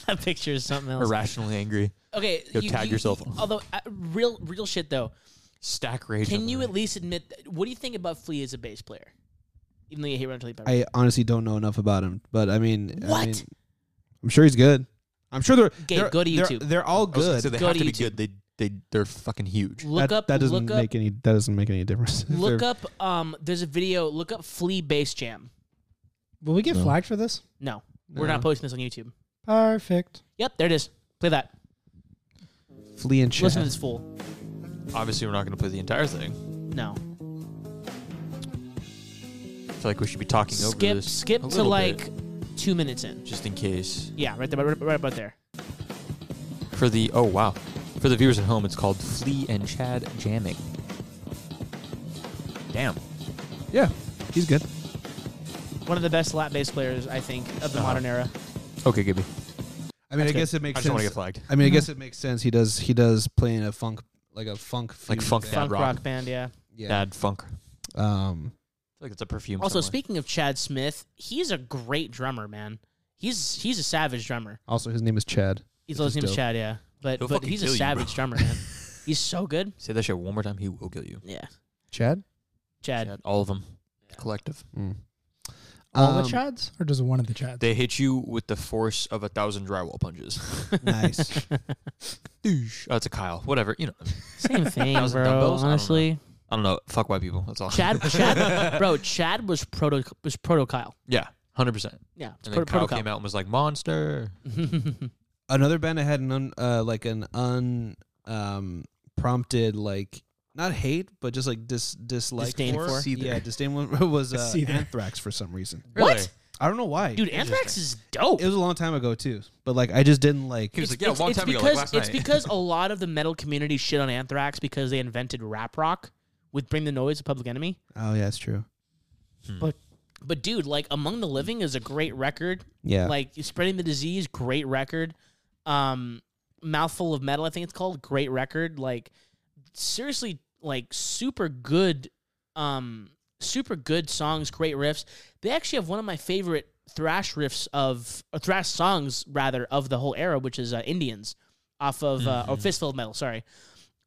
Speaker 1: That picture is something else.
Speaker 2: irrationally angry.
Speaker 1: Okay,
Speaker 2: Go tag yourself.
Speaker 1: Although, uh, real, real shit though.
Speaker 2: Stack rage. on
Speaker 1: Can
Speaker 2: the
Speaker 1: you
Speaker 2: right.
Speaker 1: at least admit? That, what do you think about Flea as a bass player? Even though you hate Red Hot Chili Peppers.
Speaker 3: I honestly don't know enough about him. But I mean, I
Speaker 1: What?
Speaker 3: am sure he's good. I'm sure they're
Speaker 1: Gabe,
Speaker 3: they're-
Speaker 1: go to
Speaker 3: they're-
Speaker 1: YouTube.
Speaker 3: They're, all
Speaker 2: I was gonna
Speaker 3: good.
Speaker 2: say they
Speaker 1: Go
Speaker 2: have
Speaker 1: to
Speaker 2: to be
Speaker 1: YouTube.
Speaker 2: good. They they they're fucking huge.
Speaker 1: look
Speaker 3: that,
Speaker 1: up.
Speaker 3: that doesn't
Speaker 1: look up.
Speaker 3: make any that doesn't make any difference. If
Speaker 1: Look
Speaker 3: they're-
Speaker 1: up. Um, there's a video. Look up Flea bass jam.
Speaker 4: Will we get flagged for this?
Speaker 1: No, we're not posting this on YouTube.
Speaker 4: Perfect.
Speaker 1: Yep, there it is. Play that.
Speaker 3: Flea and
Speaker 1: Listen to
Speaker 3: Chad.
Speaker 1: this fool.
Speaker 2: Obviously, we're not going to play the entire thing.
Speaker 1: No,
Speaker 2: I feel like we should be talking over
Speaker 1: skip,
Speaker 2: this. a
Speaker 1: skip to
Speaker 2: little bit,
Speaker 1: like two minutes in.
Speaker 2: just in case.
Speaker 1: Yeah, right there, right, right about there.
Speaker 2: For the oh wow, for the viewers at home, it's called Flea and Chad jamming. Damn,
Speaker 3: Yeah, he's good.
Speaker 1: One of the best lap bass players, I think, of the modern era.
Speaker 2: Okay, Gibby.
Speaker 3: I mean, I
Speaker 1: good.
Speaker 3: guess it makes
Speaker 2: I just want to
Speaker 3: sense.
Speaker 2: get flagged.
Speaker 3: I mean, I
Speaker 1: Mm-hmm.
Speaker 3: guess it makes sense. He does. He does play in a funk, like a funk,
Speaker 2: Like
Speaker 3: fusion
Speaker 2: funk
Speaker 3: band.
Speaker 2: Dad
Speaker 1: Funk
Speaker 2: rock.
Speaker 1: rock band, yeah.
Speaker 3: Yeah.
Speaker 2: Dad funk. I feel
Speaker 3: Um.
Speaker 2: like it's a perfume.
Speaker 1: Also,
Speaker 2: somewhere.
Speaker 1: speaking of Chad Smith, he's a great drummer, man. He's he's a savage drummer.
Speaker 3: Also, his name is Chad.
Speaker 1: He's
Speaker 3: Which is
Speaker 1: his name's
Speaker 3: dope.
Speaker 1: Chad, yeah. But
Speaker 2: He'll
Speaker 1: but
Speaker 2: fucking
Speaker 1: he's a
Speaker 2: kill you,
Speaker 1: savage drummer, man. He's so good.
Speaker 2: Say that shit one more time. He will kill you.
Speaker 1: Yeah,
Speaker 3: Chad.
Speaker 1: Chad.
Speaker 2: Chad, all of them. Collective.
Speaker 3: Mm.
Speaker 4: All
Speaker 2: Um,
Speaker 3: Um,
Speaker 4: the Chads, or just one of the Chads?
Speaker 2: They hit you with the force of a thousand drywall punches.
Speaker 3: nice.
Speaker 2: Doosh. Oh, it's a Kyle. Whatever. You know.
Speaker 1: Same thing,
Speaker 2: Thousand
Speaker 1: bro.
Speaker 2: dumbbells? I don't know.
Speaker 1: Honestly,
Speaker 2: I don't know. Fuck white people. That's all.
Speaker 1: Chad, Chad, bro, Chad was proto was proto Kyle.
Speaker 2: Yeah. Hundred percent.
Speaker 1: Yeah, it's
Speaker 2: And then
Speaker 1: proto
Speaker 2: Kyle
Speaker 1: Kyle.
Speaker 2: came out and was like, "Monster."
Speaker 3: Another band that had an un, uh, like an un um, prompted like not hate but just like dis dislike
Speaker 1: Disdain for?
Speaker 3: yeah disdain one was uh,
Speaker 4: Seether.
Speaker 3: Anthrax for some reason.
Speaker 1: What?
Speaker 2: Really?
Speaker 3: I don't know why,
Speaker 1: Dude, Anthrax is dope.
Speaker 3: It was a long time ago too, but like I just didn't like.
Speaker 2: He was like, "Yeah, a long time
Speaker 1: because,
Speaker 2: ago, like last
Speaker 1: It's
Speaker 2: night."
Speaker 1: because a lot of the metal community shit on Anthrax because they invented rap rock with Bring the Noise, a Public Enemy.
Speaker 3: Oh yeah, it's true.
Speaker 1: But but dude, like Among the Living is a great record.
Speaker 3: Yeah,
Speaker 1: Like Spreading the Disease, great record. Um, Mouthful of Metal, I think it's called, great record. Like seriously, like super good, um, super good songs, great riffs. They actually have one of my favorite thrash riffs of or thrash songs rather of the whole era, which is uh, Indians off of uh,
Speaker 2: Mm-hmm.
Speaker 1: or Fistful of Metal. Sorry,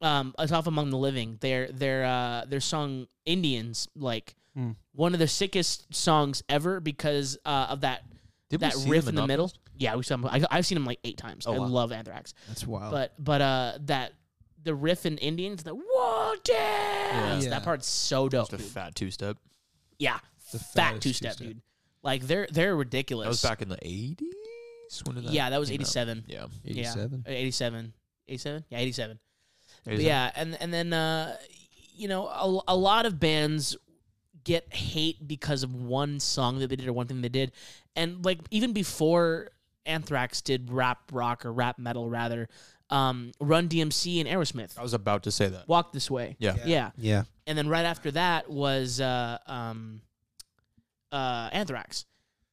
Speaker 1: um, it's off Among the Living. Their their uh, their song Indians like.
Speaker 2: Hmm.
Speaker 3: Mm.
Speaker 1: One of the sickest songs ever because uh, of that
Speaker 2: Did
Speaker 1: that riff in the middle. Yeah, we saw him. I, I've seen him like eight times.
Speaker 2: Oh,
Speaker 1: I
Speaker 2: wow. Oh.
Speaker 1: love Anthrax,
Speaker 3: that's wild.
Speaker 1: but but uh, that the riff in Indians, the whoa dance,
Speaker 3: Yeah.
Speaker 1: that part's so dope.
Speaker 2: Just a
Speaker 1: dude.
Speaker 2: fat two step.
Speaker 1: yeah,
Speaker 3: The
Speaker 1: fat
Speaker 3: fattest
Speaker 1: two step,
Speaker 3: two-step.
Speaker 1: dude. Like they're they're ridiculous.
Speaker 2: That was back in the eighties. When did that?
Speaker 1: yeah, that was
Speaker 2: came out?
Speaker 1: eighty seven.
Speaker 2: Yeah.
Speaker 1: Yeah, Uh, 87. 87? Yeah, 87. But
Speaker 2: 87.
Speaker 1: yeah, and and then uh, you know, a, a lot of bands get hate because of one song that they did or one thing they did. And like even before Anthrax did rap rock or rap metal rather, um, Run DMC and Aerosmith.
Speaker 2: I was about to say that.
Speaker 1: Walk this way.
Speaker 2: Yeah.
Speaker 1: Yeah.
Speaker 3: yeah,
Speaker 1: And then right after that was uh, um, uh, Anthrax.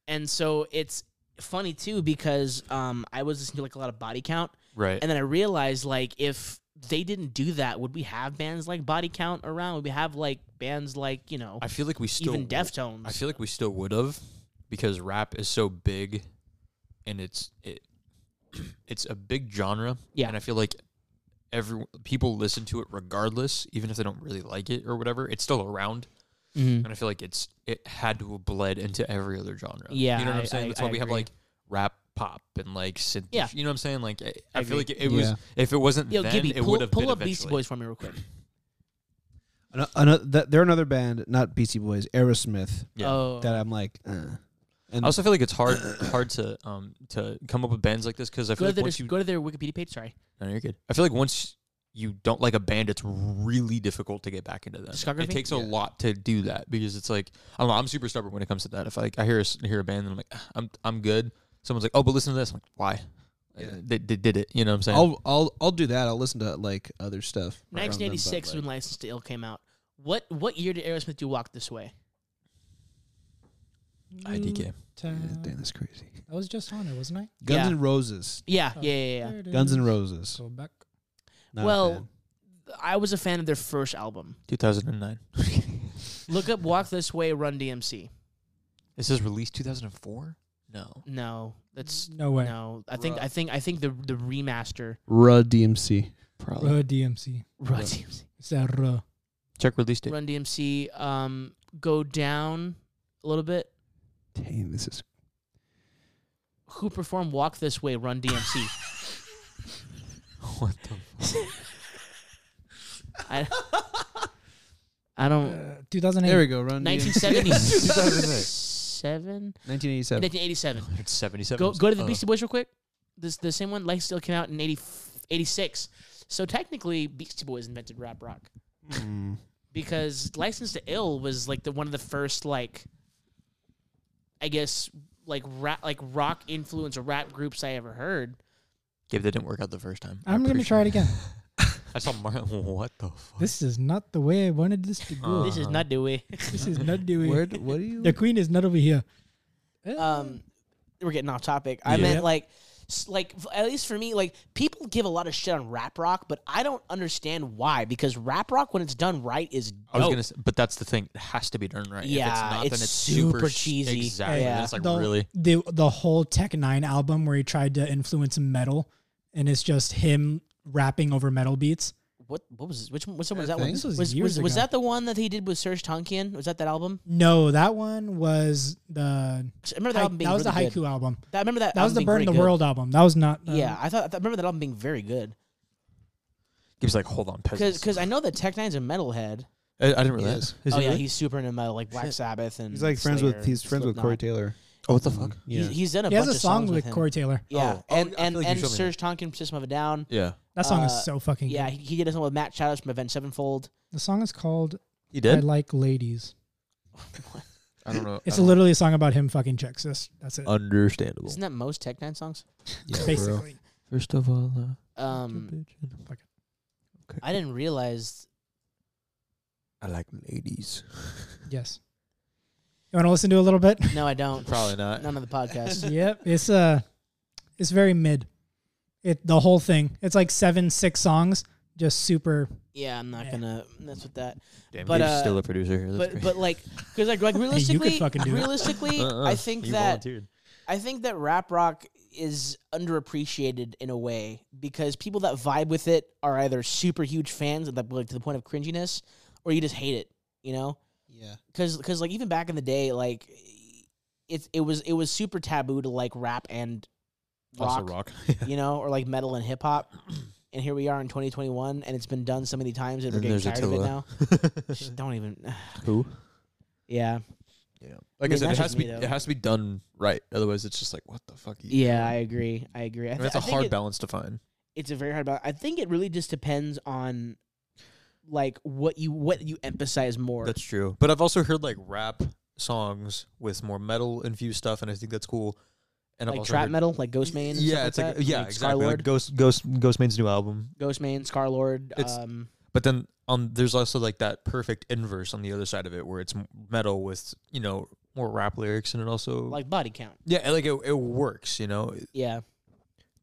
Speaker 1: And so it's funny too because um, I was listening to like a lot of body count
Speaker 2: Right.
Speaker 1: and then I realized like if they didn't do that, would we have bands like Body Count around? Would we have like bands like you know
Speaker 2: I feel like we still
Speaker 1: even
Speaker 2: w-
Speaker 1: Deftones?
Speaker 2: I feel like we still would have because rap is so big and it's it it's a big genre.
Speaker 1: Yeah.
Speaker 2: And I feel like every people listen to it regardless, even if they don't really like it or whatever, it's still around.
Speaker 1: Mhm.
Speaker 2: And I feel like it's it had to have bled into every other genre.
Speaker 1: Yeah,
Speaker 2: You know what
Speaker 1: I-
Speaker 2: I'm saying?
Speaker 1: I-
Speaker 2: That's
Speaker 1: I
Speaker 2: why we have
Speaker 1: agree.
Speaker 2: like rap pop and like synth
Speaker 1: Yeah.
Speaker 2: you know what I'm saying? Like I,
Speaker 1: I
Speaker 2: I
Speaker 1: agree.
Speaker 2: feel like it, it was
Speaker 3: Yeah.
Speaker 2: if it wasn't
Speaker 1: Yo,
Speaker 2: then
Speaker 1: Gibby,
Speaker 2: it
Speaker 1: pull,
Speaker 2: would have
Speaker 1: pull
Speaker 2: been
Speaker 1: up Beastie
Speaker 2: eventually.
Speaker 1: Boys for me real quick.
Speaker 3: Ano- ano- th- they're another band, not Beastie Boys, Aerosmith.
Speaker 2: Yeah.
Speaker 1: Oh,
Speaker 3: That I'm like, uh.
Speaker 2: I
Speaker 3: and
Speaker 2: also feel like it's hard hard to um to come up with bands like this because I
Speaker 1: go to
Speaker 2: feel like
Speaker 1: their
Speaker 2: once you
Speaker 1: go to their Wikipedia page. Sorry,
Speaker 2: No, you're good. I feel like once you don't like a band, it's really difficult to get back into them.
Speaker 1: Discography?
Speaker 2: It takes a
Speaker 3: Yeah.
Speaker 2: lot to do that because it's like I don't know. I'm super stubborn when it comes to that. If I, like, I hear a, s- hear a band and I'm like, "Ah, I'm I'm good. Someone's like, oh, but listen to this. I'm like, why?
Speaker 3: Yeah.
Speaker 2: Uh, They, they did it. You know what I'm saying?
Speaker 3: I'll I'll I'll do that. I'll listen to like other stuff. from them, but,
Speaker 1: 1986
Speaker 3: like-
Speaker 1: when License to Ill came out. What what year did Aerosmith do Walk This Way?
Speaker 2: IDK.
Speaker 4: Ta-
Speaker 3: Yeah, damn, that's crazy.
Speaker 4: I was just on it, wasn't I?
Speaker 3: Guns
Speaker 1: Yeah.
Speaker 3: and Roses.
Speaker 1: Yeah, yeah, yeah. yeah.
Speaker 4: There it
Speaker 3: Guns and
Speaker 4: is.
Speaker 3: Roses.
Speaker 4: Go back.
Speaker 3: Not a
Speaker 1: Well,
Speaker 3: fan.
Speaker 1: I was a fan of their first album.
Speaker 2: 2009.
Speaker 1: Look up Walk This Way, Run DMC.
Speaker 2: It says released 2004. No.
Speaker 1: No, that's
Speaker 4: No way.
Speaker 1: no. I think I think I think the the remaster.
Speaker 3: Ruh DMC.
Speaker 2: Probably.
Speaker 4: Ruh DMC.
Speaker 1: Run
Speaker 2: Right.
Speaker 1: DMC.
Speaker 4: It's that Ruh.
Speaker 2: Check release date.
Speaker 1: Run DMC. Um, go down a little bit.
Speaker 3: Dang, this is
Speaker 1: Who performed "Walk This Way"? Run DMC.
Speaker 2: what the? Fuck?
Speaker 1: I, I don't.
Speaker 4: Uh, 2008.
Speaker 3: there we go. Run
Speaker 1: Nineteen
Speaker 3: DMC.
Speaker 1: seventy
Speaker 2: 2008.
Speaker 1: seven.
Speaker 3: 1987.
Speaker 1: Nineteen eighty seven.
Speaker 2: It's 77.
Speaker 1: Go go to the
Speaker 2: Uh,
Speaker 1: Beastie Boys real quick. This the same one. Life Still came out in 80, 86. So technically, Beastie Boys invented rap rock
Speaker 3: Mm.
Speaker 1: because "License to Ill" was like the one of the first like, I guess like rap like rock influence or rap groups I ever heard.
Speaker 2: Gabe, that didn't work out the first time. I
Speaker 4: I'm going to
Speaker 2: appreciate
Speaker 4: try it again.
Speaker 2: I saw Martin. What the fuck?
Speaker 4: This is not the way I wanted this to go.
Speaker 1: This is
Speaker 2: Uh-huh.
Speaker 1: not Dewey.
Speaker 4: This is not doing
Speaker 3: Where? d- What do you?
Speaker 4: The queen is not over here. Uh,
Speaker 1: um we're getting off topic. I
Speaker 2: Yeah.
Speaker 1: meant like s- like f- at least for me like people give a lot of shit on rap rock, but I don't understand why because rap rock when it's done right is dope.
Speaker 2: I was gonna, say, but that's the thing. It has to be done right. if
Speaker 1: Oh.
Speaker 2: it's,
Speaker 1: Yeah,
Speaker 2: not,
Speaker 1: it's
Speaker 2: then it's
Speaker 1: super
Speaker 2: sh-
Speaker 1: cheesy.
Speaker 2: Exactly.
Speaker 1: Yeah.
Speaker 2: It's like
Speaker 4: the,
Speaker 2: really.
Speaker 4: the the whole Tech Nine album where he tried to influence metal and it's just him rapping over metal beats.
Speaker 1: What what was this? which one, which one
Speaker 3: I
Speaker 1: was that
Speaker 3: think
Speaker 1: one?
Speaker 4: this was
Speaker 1: was,
Speaker 4: years
Speaker 1: was, was
Speaker 4: ago.
Speaker 1: that the one that he did with Serge Tankian? Was that that album?
Speaker 4: No, that one was the
Speaker 1: I remember that
Speaker 4: hai-
Speaker 1: album being
Speaker 4: that was
Speaker 1: really
Speaker 4: the haiku
Speaker 1: good.
Speaker 4: album.
Speaker 1: That, I remember that
Speaker 4: That was
Speaker 1: album
Speaker 4: the
Speaker 1: being
Speaker 4: Burn the
Speaker 1: pretty good.
Speaker 4: World album. That was not. um,
Speaker 1: Yeah, I thought I remember that album being very good
Speaker 2: He was like, hold on, peasants.
Speaker 1: because I know that Tech Nine's a metalhead.
Speaker 2: I, I didn't realize. Is
Speaker 1: oh
Speaker 2: he
Speaker 1: yeah,
Speaker 2: really?
Speaker 1: he's super into metal, like Black Sabbath and
Speaker 3: He's like friends
Speaker 1: Slayer,
Speaker 3: with he's friends with Corey
Speaker 1: Slipknot.
Speaker 3: Taylor.
Speaker 2: oh, what the fuck?
Speaker 3: Yeah.
Speaker 1: He's, he's done a
Speaker 4: um, he
Speaker 1: bunch
Speaker 4: has a
Speaker 1: of
Speaker 4: song
Speaker 1: songs
Speaker 4: with
Speaker 1: him.
Speaker 4: Corey Taylor.
Speaker 1: Yeah,
Speaker 2: Oh, oh,
Speaker 1: and
Speaker 2: I feel
Speaker 1: and
Speaker 2: like you
Speaker 1: and
Speaker 2: showed me
Speaker 1: Serge Tankian from System of a Down.
Speaker 2: Yeah,
Speaker 4: That song
Speaker 1: Uh,
Speaker 4: is so fucking.
Speaker 1: Yeah,
Speaker 4: good.
Speaker 1: he, he did a song with Matt Shadows from Event Sevenfold.
Speaker 4: the song is called
Speaker 2: he
Speaker 4: "I
Speaker 2: did.
Speaker 4: Like Ladies."
Speaker 2: I don't know.
Speaker 4: It's
Speaker 2: I
Speaker 3: Uh-huh.
Speaker 2: don't
Speaker 4: literally a song about him fucking chicks. That's that's
Speaker 2: Uh,
Speaker 4: it.
Speaker 2: understandable.
Speaker 1: Isn't that most Tech Nine songs?
Speaker 4: basically,
Speaker 2: First of all, uh,
Speaker 1: Um, I didn't realize.
Speaker 2: I like ladies.
Speaker 4: yes. You want to listen to a little bit?
Speaker 1: No, I don't.
Speaker 2: Probably not.
Speaker 1: None of the podcast.
Speaker 4: yep. It's uh, it's very mid. It the whole thing. It's like seven six songs, just super.
Speaker 1: yeah, I'm not
Speaker 4: Yeah.
Speaker 1: gonna mess with that.
Speaker 2: Damn,
Speaker 1: But,
Speaker 2: you're
Speaker 1: uh,
Speaker 2: still a producer here. That's
Speaker 1: But
Speaker 2: great.
Speaker 1: but like, because like, like realistically,
Speaker 4: fucking do it.
Speaker 1: realistically,
Speaker 2: Uh-uh,
Speaker 1: I think
Speaker 2: you
Speaker 1: that
Speaker 2: volunteered.
Speaker 1: I think that rap rock is underappreciated in a way because people that vibe with it are either super huge fans and that like to the point of cringiness, or you just hate it. You know,
Speaker 3: Yeah.
Speaker 1: because because like even back in the day, like it it was it was super taboo to like rap and rock,
Speaker 2: also rock.
Speaker 1: you know, or like metal and hip hop. And here we are in 2021, and it's been done so many times, and we're
Speaker 2: And
Speaker 1: getting
Speaker 2: there's
Speaker 1: tired of it
Speaker 2: Attila.
Speaker 1: now. Just don't even.
Speaker 2: Who?
Speaker 1: Yeah,
Speaker 2: Yeah.
Speaker 1: I
Speaker 2: Like I,
Speaker 1: mean,
Speaker 2: said,
Speaker 1: that's
Speaker 2: it has
Speaker 1: just
Speaker 2: to be
Speaker 1: me, though.
Speaker 2: it has to be done right. Otherwise, it's just like what the fuck. Are you
Speaker 1: yeah, I
Speaker 2: doing?
Speaker 1: agree. I agree. I
Speaker 2: I
Speaker 1: th-
Speaker 2: mean, that's a
Speaker 1: I think
Speaker 2: hard
Speaker 1: it-
Speaker 2: balance to find.
Speaker 1: it's a very hard balance. I think it really just depends on like what you what you emphasize more.
Speaker 2: That's true. But I've also heard like rap songs with more metal infused stuff, and I think that's cool. And I've
Speaker 1: like
Speaker 2: also
Speaker 1: trap
Speaker 2: heard-
Speaker 1: metal, like Ghost Main. And
Speaker 2: yeah,
Speaker 1: stuff
Speaker 2: it's like
Speaker 1: that.
Speaker 2: yeah,
Speaker 1: like
Speaker 2: exactly.
Speaker 1: Scarlord,
Speaker 2: Like Ghost Ghost Ghostmane's new album.
Speaker 1: Ghost Main, Scar Lord.
Speaker 2: It's-
Speaker 1: Um,
Speaker 2: But then on there's also like that perfect inverse on the other side of it where it's m- metal with you know more rap lyrics, and it also
Speaker 1: like body count.
Speaker 2: yeah, and, like it, it works. You know
Speaker 1: Yeah,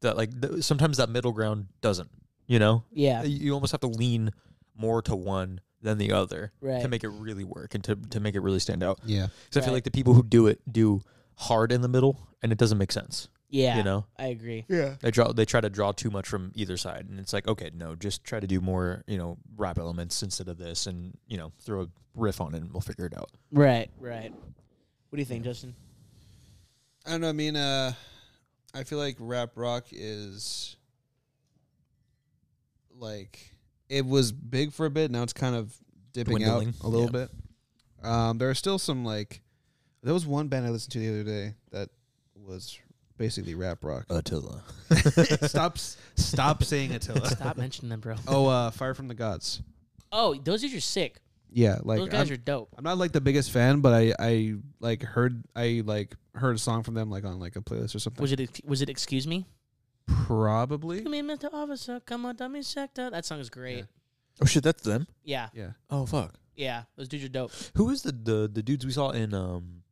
Speaker 2: that like th- sometimes that middle ground doesn't. You know
Speaker 1: yeah,
Speaker 2: you you almost have to lean more to one than the other
Speaker 1: right.
Speaker 2: to make it really work and to, to make it really stand out.
Speaker 3: Yeah.
Speaker 2: Because I feel
Speaker 1: Right.
Speaker 2: like the people who do it do hard in the middle, and it doesn't make sense.
Speaker 1: yeah,
Speaker 2: You know,
Speaker 1: I agree.
Speaker 3: Yeah.
Speaker 2: they draw they try to draw too much from either side, and it's like, okay, no, just try to do more, you know, rap elements instead of this, and you know, throw a riff on it, and we'll figure it out.
Speaker 1: Right, right. What do you think, Justin?
Speaker 3: I don't know. I mean, uh, I feel like rap rock is like it was big for a bit. Now it's kind of dipping out
Speaker 2: Dwindling.
Speaker 3: a little bit. Um, there are still some like there was one band I listened to the other day that was basically rap rock.
Speaker 2: Attila,
Speaker 3: stop! s- Stop saying Attila.
Speaker 1: Stop mentioning them, bro.
Speaker 3: Oh, uh, Fire from the Gods.
Speaker 1: Oh, those dudes are sick.
Speaker 3: Yeah, like
Speaker 1: those guys
Speaker 3: I'm,
Speaker 1: are dope.
Speaker 3: I'm not like the biggest fan, but I I like heard I like heard a song from them like on like a playlist or something.
Speaker 1: Was it ex- was it excuse me?
Speaker 3: Probably.
Speaker 1: Excuse me, Mr. Officer, come on, dummy sector. That song is great.
Speaker 2: oh shit, that's them.
Speaker 1: Yeah. yeah,
Speaker 3: Yeah.
Speaker 2: Oh fuck,
Speaker 1: Those dudes are dope.
Speaker 2: who is the the, the dudes we saw in um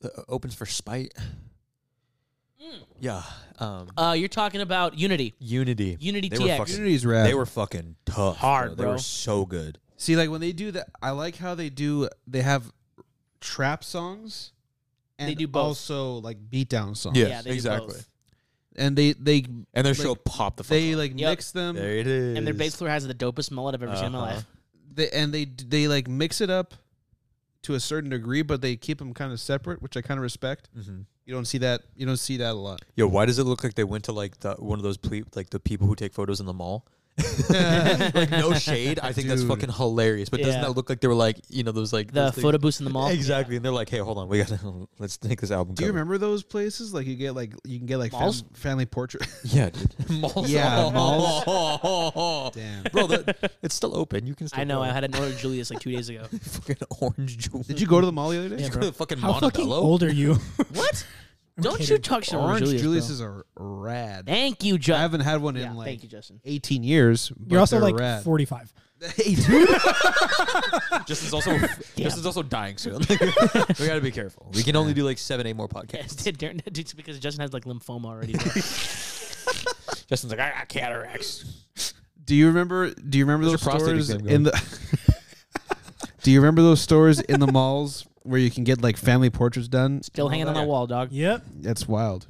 Speaker 2: the, opens for spite? Yeah, um,
Speaker 1: Mm. Uh, you're talking about Unity.
Speaker 2: Unity.
Speaker 1: Unity
Speaker 2: They were
Speaker 1: TX.
Speaker 2: fucking-
Speaker 3: Unity's rap.
Speaker 2: They were fucking tough,
Speaker 1: Hard,
Speaker 2: They
Speaker 1: bro.
Speaker 2: were so good.
Speaker 3: See, like when they do that, I like how they do. They have trap songs, and
Speaker 1: They do both.
Speaker 3: also like beatdown songs.
Speaker 2: Yeah.
Speaker 1: yeah, they do
Speaker 2: exactly.
Speaker 1: both.
Speaker 3: and they they
Speaker 2: and their
Speaker 3: Like,
Speaker 2: show popped the fuck
Speaker 3: they
Speaker 2: off.
Speaker 3: like
Speaker 1: Yep.
Speaker 3: mix them.
Speaker 2: there it is
Speaker 1: And their bass player has the dopest mullet I've ever seen in my
Speaker 2: Uh-huh.
Speaker 1: life.
Speaker 3: They and they they like mix it up to a certain degree, but they keep them kind of separate, which I kind of respect.
Speaker 2: mm-hmm.
Speaker 3: You don't see that. You don't see that a lot.
Speaker 2: yo why does it look like they went to like the, one of those ple- like the people who take photos in the mall like no shade i think that's
Speaker 3: Dude.
Speaker 2: fucking hilarious but doesn't
Speaker 1: Yeah.
Speaker 2: that look like they were like you know those like
Speaker 1: The
Speaker 2: those things-
Speaker 1: photo booth in the mall.
Speaker 2: exactly and they're like hey hold on we gotta let's make this album
Speaker 3: Do you
Speaker 2: cover.
Speaker 3: remember those places? Like you get like you can get like
Speaker 1: Malls?
Speaker 3: fam- family portrait.
Speaker 2: yeah dude malls
Speaker 3: Yeah,
Speaker 2: malls.
Speaker 3: Damn.
Speaker 2: bro that, it's still open you can still
Speaker 1: I know.
Speaker 2: go.
Speaker 1: I had an order Julius like two days ago.
Speaker 2: fucking orange juice
Speaker 3: Did you go to the mall the other day?
Speaker 1: Yeah,
Speaker 2: Go
Speaker 1: bro.
Speaker 2: to the fucking
Speaker 4: How
Speaker 2: Montebello?
Speaker 4: fucking old are you?
Speaker 1: What?
Speaker 4: I'm
Speaker 1: Don't you
Speaker 4: kidding.
Speaker 1: talk shit on
Speaker 3: Orange Julius,
Speaker 1: Julius bro.
Speaker 3: is a rad.
Speaker 1: Thank you,
Speaker 3: I
Speaker 1: Justin.
Speaker 3: haven't had one
Speaker 1: Yeah,
Speaker 3: in like
Speaker 1: thank you, Justin.
Speaker 3: 18 years. But
Speaker 4: You're also
Speaker 3: they're
Speaker 4: like
Speaker 3: rad.
Speaker 4: 45.
Speaker 3: Hey, dude.
Speaker 2: Justin's also Justin's also dying soon. we gotta be careful. We can only do like seven, eight more podcasts.
Speaker 1: It's because Justin has like lymphoma already. bro.
Speaker 2: Justin's like, I got cataracts.
Speaker 3: Do you remember? Do you remember
Speaker 2: There's
Speaker 3: those
Speaker 2: your prostate
Speaker 3: stores
Speaker 2: exam going.
Speaker 3: in the? do you remember those stores in the malls where you can get like family portraits done?
Speaker 1: Still hanging on the wall, dog.
Speaker 4: Yep.
Speaker 3: That's wild.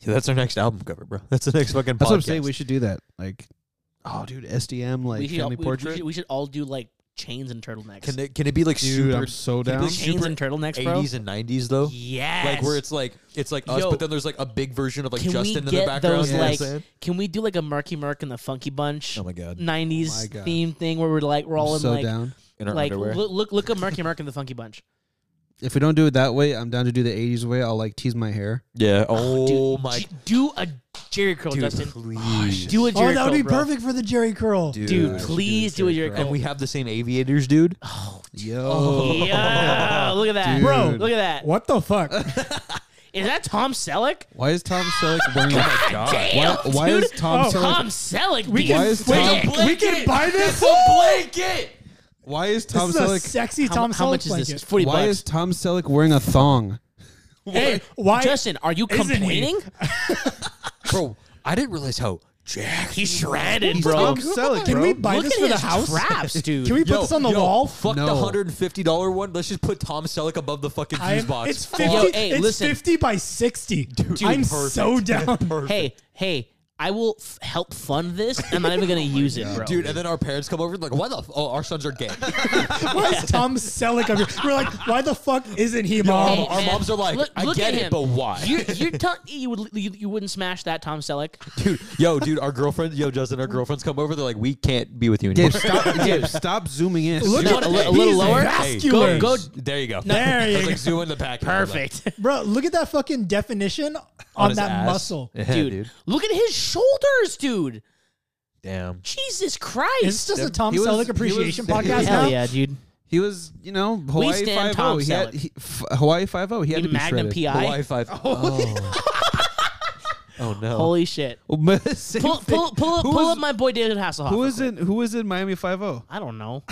Speaker 2: Yeah, that's our next album cover, bro. That's the next fucking.
Speaker 3: That's
Speaker 2: podcast.
Speaker 3: what I'm saying. We should do that. Like, oh, dude, SDM like
Speaker 1: we, should all,
Speaker 3: family
Speaker 1: we- we
Speaker 3: portrait.
Speaker 1: should- we should all do like chains and turtlenecks.
Speaker 2: Can it can it be like
Speaker 3: dude,
Speaker 2: super
Speaker 3: I'm so
Speaker 2: can it be
Speaker 3: down.
Speaker 1: chains
Speaker 2: super
Speaker 1: and turtlenecks, bro.
Speaker 2: 80s and 90s though?
Speaker 1: Yes.
Speaker 2: Like where it's like it's like us,
Speaker 1: Yo,
Speaker 2: but then there's like a big version of like
Speaker 1: can
Speaker 2: Justin in
Speaker 1: we
Speaker 2: the
Speaker 1: get
Speaker 2: background.
Speaker 1: those
Speaker 2: you know what I'm
Speaker 1: like?
Speaker 2: saying?
Speaker 1: Can we do like a Murky Murk and the Funky Bunch
Speaker 2: oh my god,
Speaker 3: Oh my
Speaker 1: '90s
Speaker 3: God.
Speaker 1: theme thing where we're like we're all
Speaker 3: I'm
Speaker 1: in
Speaker 3: so
Speaker 1: like
Speaker 3: down.
Speaker 2: in our
Speaker 1: like
Speaker 2: underwear.
Speaker 1: look look look at Murky Murk and the Funky Bunch.
Speaker 3: If we don't do it that way, I'm down to do the '80s way. I'll like tease my hair.
Speaker 2: yeah. Oh,
Speaker 1: Dude,
Speaker 2: my.
Speaker 1: j- do a Jerry curl,
Speaker 2: Dude,
Speaker 1: Justin.
Speaker 2: please.
Speaker 1: Do a Jerry
Speaker 4: Oh, that would
Speaker 1: curl,
Speaker 4: be
Speaker 1: bro.
Speaker 4: perfect for the Jerry curl.
Speaker 2: dude.
Speaker 1: Dude,
Speaker 3: Yeah,
Speaker 1: please do
Speaker 3: dude,
Speaker 1: a Jerry curl.
Speaker 2: And we have the same aviators, dude.
Speaker 1: Oh.
Speaker 3: Yo,
Speaker 1: yeah, look at that,
Speaker 3: Dude.
Speaker 1: bro. Look at that.
Speaker 4: What the fuck?
Speaker 1: Is that Tom Selleck?
Speaker 3: why is Tom Selleck wearing? a
Speaker 2: God.
Speaker 3: Oh why, why is Tom
Speaker 4: Oh.
Speaker 3: Selleck?
Speaker 1: Tom Selleck.
Speaker 4: We
Speaker 1: dude.
Speaker 4: can-
Speaker 3: Why is
Speaker 4: we
Speaker 3: Tom-
Speaker 4: can, we can buy this.
Speaker 1: blanket.
Speaker 3: Why is
Speaker 4: This
Speaker 3: Tom
Speaker 4: is a
Speaker 3: Selleck?
Speaker 4: sexy
Speaker 1: How,
Speaker 4: Tom
Speaker 1: how
Speaker 4: Selleck
Speaker 1: much is
Speaker 4: blanket.
Speaker 1: this? Forty bucks.
Speaker 3: Why is Tom Selleck wearing a thong?
Speaker 4: Hey, why?
Speaker 1: Justin, are you
Speaker 4: Isn't he?
Speaker 1: complaining?
Speaker 2: Bro, I didn't realize how jacked.
Speaker 1: He's shredded,
Speaker 3: He's
Speaker 1: bro.
Speaker 3: Tom Selleck,
Speaker 4: can
Speaker 3: bro.
Speaker 4: we buy
Speaker 1: Look
Speaker 4: this
Speaker 1: at
Speaker 4: for the
Speaker 1: his
Speaker 4: house?
Speaker 1: traps, dude.
Speaker 4: Can we put this on the wall?
Speaker 2: Fuck
Speaker 3: No.
Speaker 2: the hundred and fifty dollar one. Let's just put Tom Selleck above the fucking
Speaker 4: I
Speaker 2: fuse
Speaker 4: am,
Speaker 2: box.
Speaker 4: it's
Speaker 2: Fuck.
Speaker 4: fifty.
Speaker 1: Yo, hey,
Speaker 4: it's
Speaker 1: listen.
Speaker 4: fifty by sixty.
Speaker 2: Dude,
Speaker 4: I'm
Speaker 2: perfect.
Speaker 4: so down.
Speaker 1: hey, hey, I will f- help fund this. and I'm not even gonna use it, bro.
Speaker 2: Dude, and then our parents come over like, why the? F- oh, our sons are gay.
Speaker 4: Why is Tom Selleck up here? We're like, why the fuck isn't he mom?
Speaker 1: Hey,
Speaker 2: our moms are like, "I
Speaker 1: at
Speaker 2: get it,
Speaker 1: him.
Speaker 2: but why?"
Speaker 1: You, you're tell- you would you, you wouldn't smash that Tom Selleck.
Speaker 2: dude, yo, dude, our girlfriend, yo, Justin, our girlfriends come over. They're like, we can't be with you anymore.
Speaker 3: Gabe, stop, Gabe, stop zooming in.
Speaker 4: Look
Speaker 1: No,
Speaker 4: at
Speaker 1: a
Speaker 4: a,
Speaker 1: li- a little lower.
Speaker 4: Vascular.
Speaker 1: Go- go-
Speaker 2: there you go.
Speaker 4: There you
Speaker 2: It's
Speaker 4: go.
Speaker 2: like zoom in the back.
Speaker 1: Perfect,
Speaker 4: Bro, look at that fucking definition on,
Speaker 2: On his
Speaker 4: that
Speaker 2: ass.
Speaker 4: muscle.
Speaker 2: Yeah,
Speaker 1: dude, Look at his shoulders, dude.
Speaker 2: Damn.
Speaker 1: Jesus
Speaker 4: Is this
Speaker 1: Christ.
Speaker 4: just a Tom
Speaker 3: He was- he
Speaker 4: Selleck
Speaker 3: was-
Speaker 4: appreciation
Speaker 3: he was-
Speaker 4: podcast now?
Speaker 1: Hell yeah, dude.
Speaker 3: He was, you know, Hawaii
Speaker 1: stand
Speaker 3: Five O.
Speaker 1: Tom
Speaker 3: He had
Speaker 1: Selleck.
Speaker 3: he, f- Hawaii Five O. He had
Speaker 1: In
Speaker 3: to be
Speaker 1: Magnum
Speaker 3: shredded.
Speaker 1: PI.
Speaker 2: Hawaii five. Oh. oh no.
Speaker 1: Holy shit.
Speaker 3: Same
Speaker 1: Pull,
Speaker 3: thing.
Speaker 1: pull, pull, up,
Speaker 3: Who
Speaker 1: pull
Speaker 3: was-
Speaker 1: up my boy David Hasselhoff.
Speaker 3: Who is in Who is in Miami Five oh? O?
Speaker 1: I don't know.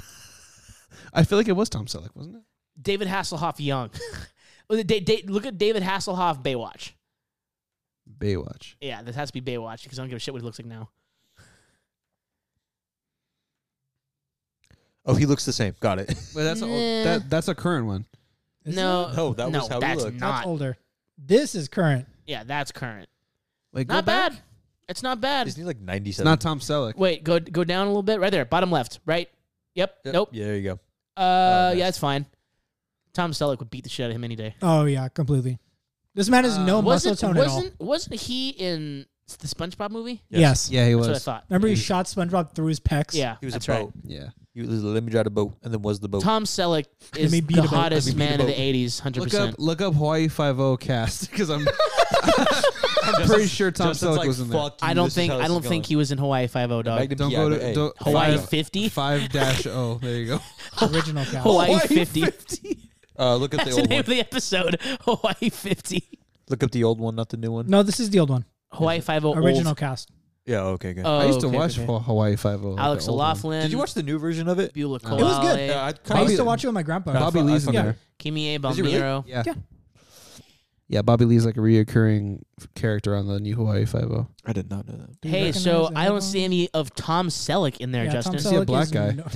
Speaker 3: I feel like it was Tom Selleck, wasn't it?
Speaker 1: David Hasselhoff Young. Well, da- da- Look at David Hasselhoff Baywatch.
Speaker 3: Baywatch.
Speaker 1: Yeah, this has to be Baywatch because I don't give a shit what he looks like now.
Speaker 2: oh, he looks the same. Got it.
Speaker 3: But that's a,
Speaker 1: Nah.
Speaker 3: that, that's a current one.
Speaker 4: Isn't
Speaker 1: no,
Speaker 2: No, that was how he
Speaker 1: that's
Speaker 2: looked.
Speaker 1: Not,
Speaker 4: That's older. This is current.
Speaker 1: yeah, that's current.
Speaker 3: Like
Speaker 1: Not bad. It's not bad.
Speaker 2: Isn't he like ninety
Speaker 3: It's
Speaker 2: seven?
Speaker 3: not Tom Selleck.
Speaker 1: Wait, go go down a little bit. Right there, bottom left. Right. Yep. Nope.
Speaker 2: Yeah, there you go.
Speaker 1: Uh,
Speaker 2: Oh, nice.
Speaker 1: yeah, it's fine. Tom Selleck would beat the shit out of him any day.
Speaker 4: Oh yeah, completely. This man has no muscle
Speaker 1: wasn't
Speaker 4: tone at all.
Speaker 1: wasn't wasn't he in the SpongeBob movie?
Speaker 4: Yes.
Speaker 3: Yeah, he
Speaker 1: That's what I
Speaker 3: was.
Speaker 1: thought.
Speaker 4: Remember he shot SpongeBob through his pecs?
Speaker 1: Yeah,
Speaker 2: He was
Speaker 1: that's
Speaker 2: a
Speaker 1: right.
Speaker 2: boat.
Speaker 3: Yeah.
Speaker 2: He was, let me drive a boat, and then was the boat.
Speaker 1: Tom Selleck is
Speaker 4: me beat
Speaker 1: the
Speaker 4: a boat.
Speaker 1: hottest
Speaker 2: Let me beat
Speaker 1: man
Speaker 2: a
Speaker 1: of the
Speaker 2: boat.
Speaker 1: '80s, hundred
Speaker 3: Look up
Speaker 1: percent.
Speaker 3: look up Hawaii Five O cast because I'm I'm pretty sure Tom
Speaker 2: Justin's
Speaker 3: Selleck
Speaker 2: like,
Speaker 3: was in there.
Speaker 2: "Fuck you,
Speaker 1: I don't
Speaker 2: this is
Speaker 1: think
Speaker 2: how
Speaker 1: I
Speaker 2: this
Speaker 1: don't
Speaker 2: is
Speaker 1: think
Speaker 2: going."
Speaker 1: he was in Hawaii Five O dog.
Speaker 2: Magnum
Speaker 3: Don't
Speaker 2: PI,
Speaker 3: go
Speaker 2: but hey.
Speaker 3: to don't,
Speaker 1: Hawaii
Speaker 3: five-
Speaker 1: 50?
Speaker 3: five dash O. There you go.
Speaker 4: Original cast.
Speaker 1: Hawaii 50.
Speaker 2: Uh, look at the
Speaker 1: That's the
Speaker 2: old
Speaker 1: name
Speaker 2: one.
Speaker 1: of the episode. Hawaii 50.
Speaker 2: Look up the old one, not the new one.
Speaker 4: No, this is the old one.
Speaker 1: Hawaii 50
Speaker 4: Original cast.
Speaker 2: Yeah. Okay. Good.
Speaker 1: Oh,
Speaker 3: I used to
Speaker 1: okay,
Speaker 3: watch
Speaker 1: okay.
Speaker 3: Hawaii Five oh, O.
Speaker 1: Alex O'Laughlin.
Speaker 2: Did you watch the new version of it?
Speaker 1: Beulah
Speaker 3: No.
Speaker 1: Kalale?
Speaker 4: It was good.
Speaker 2: Yeah, I kinda
Speaker 4: I used
Speaker 3: Bobby-
Speaker 4: to watch it with my grandpa.
Speaker 3: Bobby
Speaker 2: I fu- I
Speaker 3: Lee's in
Speaker 2: fucking-
Speaker 3: there.
Speaker 1: Kimi A.
Speaker 2: Is he really?
Speaker 1: Balmiro.
Speaker 3: Yeah.
Speaker 4: Yeah.
Speaker 3: Yeah, Bobby Lee's like a reoccurring f- character on the new Hawaii Five O.
Speaker 2: I did not know that.
Speaker 4: Do you
Speaker 1: Hey,
Speaker 4: recognize
Speaker 1: so I don't
Speaker 4: anyone?
Speaker 1: see any of Tom Selleck in there,
Speaker 4: Yeah,
Speaker 1: Justin.
Speaker 3: Selleck. see a black
Speaker 4: is
Speaker 3: guy.
Speaker 4: no-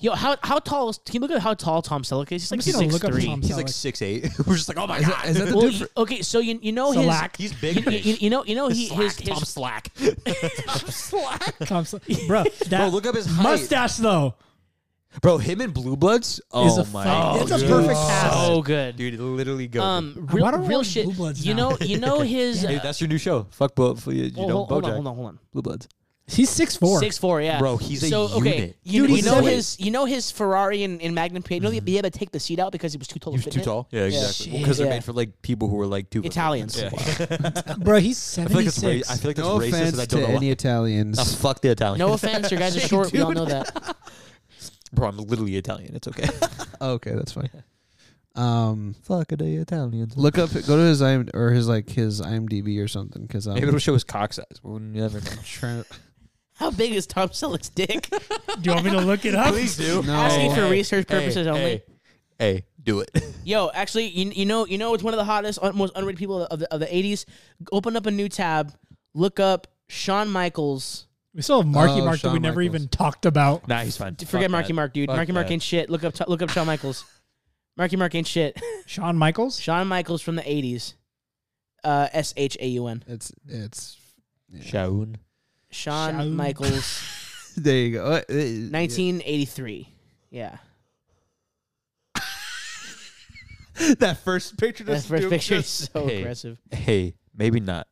Speaker 1: Yo, how how tall is? Can you look at how tall Tom Selleck is? He's
Speaker 4: I'm
Speaker 1: like
Speaker 4: just gonna
Speaker 1: six
Speaker 4: look up
Speaker 1: three.
Speaker 4: Tom
Speaker 2: He's like
Speaker 4: Selleck.
Speaker 2: six eight. We're just like, oh my
Speaker 3: Is
Speaker 2: god.
Speaker 3: that- is that the
Speaker 1: Well,
Speaker 3: dude?
Speaker 1: you-
Speaker 3: fr-
Speaker 1: okay, so you you know
Speaker 4: Selleck.
Speaker 2: He's
Speaker 1: his
Speaker 2: big.
Speaker 1: you, you, you know you know he, his
Speaker 2: Slack, Tom
Speaker 1: his
Speaker 2: Slack.
Speaker 4: Tom Selleck. Bro, that
Speaker 2: Bro, look up his height.
Speaker 4: mustache though
Speaker 2: Bro, him and Blue Bloods. Oh
Speaker 4: is a
Speaker 2: my.
Speaker 4: fuck-
Speaker 1: Oh,
Speaker 4: It's a
Speaker 1: dude.
Speaker 4: perfect cast.
Speaker 1: so good.
Speaker 2: Dude, literally go.
Speaker 1: um,
Speaker 4: I
Speaker 1: real,
Speaker 4: wanna
Speaker 1: real
Speaker 4: watch
Speaker 1: shit.
Speaker 4: Blue Bloods
Speaker 1: you
Speaker 4: now.
Speaker 1: know you know his.
Speaker 2: Dude,
Speaker 1: Uh,
Speaker 2: that's your new show. Fuck Bo. f- You, you
Speaker 1: well,
Speaker 2: don't
Speaker 1: hold, hold on,
Speaker 2: Bojack.
Speaker 1: hold on, hold on.
Speaker 2: Blue Bloods.
Speaker 4: He's six four.
Speaker 1: Six four, yeah.
Speaker 2: Bro, he's a
Speaker 1: so, Okay,
Speaker 2: unit.
Speaker 1: you,
Speaker 4: Dude,
Speaker 1: you
Speaker 4: he's
Speaker 1: know
Speaker 4: so
Speaker 1: his, you know his Ferrari and, and Magnum PI. You know he- he had to take the seat out because he was too tall.
Speaker 2: Mm-hmm. He
Speaker 1: to fit
Speaker 2: was too
Speaker 1: in it?
Speaker 2: tall. Yeah, exactly. Because
Speaker 1: Shit.
Speaker 2: they're
Speaker 1: Yeah.
Speaker 2: made for like people who are like two
Speaker 1: Italians.
Speaker 2: Yeah.
Speaker 4: Bro, he's
Speaker 2: I feel like
Speaker 4: seventy
Speaker 2: it's. ra-
Speaker 4: six.
Speaker 2: I feel like that's
Speaker 3: No
Speaker 2: racist. and
Speaker 3: offense
Speaker 2: I
Speaker 3: to
Speaker 2: don't know why.
Speaker 3: any Italians.
Speaker 2: Ah, fuck the Italians.
Speaker 1: No offense, your guys are short. We all know that.
Speaker 2: Bro, I'm literally Italian. It's okay.
Speaker 3: Oh, okay, that's fine. Um,
Speaker 2: Fuck the Italians.
Speaker 3: look up, go to his IM or his like his IMDb or something um, because I'm
Speaker 2: Maybe it'll show his cock size. We'll never know.
Speaker 3: trying. to-
Speaker 1: How big is Tom Selleck's dick?
Speaker 4: Do you want me to look it up?
Speaker 2: Please do.
Speaker 3: No.
Speaker 1: Asking
Speaker 3: Hey,
Speaker 1: for research purposes
Speaker 2: hey,
Speaker 1: only.
Speaker 2: Hey, hey, do it.
Speaker 1: Yo, actually, you, you know, you know, it's one of the hottest, un- most underrated people of the of the '80s. Open up a new tab, look up Shawn Michaels.
Speaker 4: We still have Marky
Speaker 3: Oh,
Speaker 4: Mark that we
Speaker 3: Shawn
Speaker 4: never
Speaker 3: Michaels.
Speaker 4: even talked about.
Speaker 2: nah, he's fine.
Speaker 1: Forget Marky Mark, dude.
Speaker 2: Fuck
Speaker 1: Marky Mark
Speaker 2: that.
Speaker 1: ain't shit. Look up, look up Shawn Michaels. Marky Mark ain't shit.
Speaker 4: Shawn Michaels.
Speaker 1: Shawn Michaels from the '80s. uh, S H A U N.
Speaker 3: It's it's.
Speaker 2: Shaun.
Speaker 1: Shawn
Speaker 4: Shawn.
Speaker 1: Michaels,
Speaker 3: There you go. Uh, uh, yeah.
Speaker 1: 1983. Yeah.
Speaker 3: that first picture.
Speaker 1: That
Speaker 3: Just
Speaker 1: first picture is
Speaker 3: Just,
Speaker 1: so
Speaker 2: Hey.
Speaker 1: aggressive.
Speaker 2: Hey, maybe not.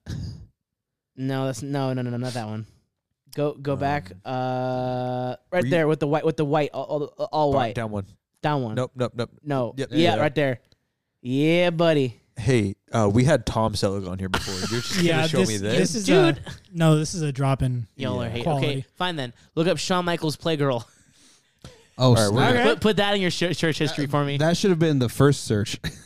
Speaker 1: No, that's no, no, no, no, not that one. Go, go back.
Speaker 2: Um,
Speaker 1: Uh, right
Speaker 2: were you-
Speaker 1: there with the white, with the white, all, all, all white. Down,
Speaker 2: Down one.
Speaker 1: one.
Speaker 2: Nope, nope, nope.
Speaker 1: No.
Speaker 2: Yep, there you
Speaker 1: yeah,
Speaker 2: go.
Speaker 1: right there. Yeah, buddy.
Speaker 2: Hey, uh, we had Tom Selleck on here before. You're just
Speaker 4: Yeah,
Speaker 2: gonna show
Speaker 4: this,
Speaker 2: me
Speaker 4: this,
Speaker 2: this.
Speaker 4: is
Speaker 1: Dude.
Speaker 4: A, no, this is a drop in.
Speaker 1: Y'all are
Speaker 2: Yeah.
Speaker 1: hate. Okay,
Speaker 4: Quality.
Speaker 1: fine then. Look up Shawn Michaels Playgirl.
Speaker 3: oh,
Speaker 2: right, we're
Speaker 3: snap.
Speaker 4: Okay.
Speaker 1: Put, put that in your sh- church history for me.
Speaker 3: that should have been the first search.
Speaker 2: this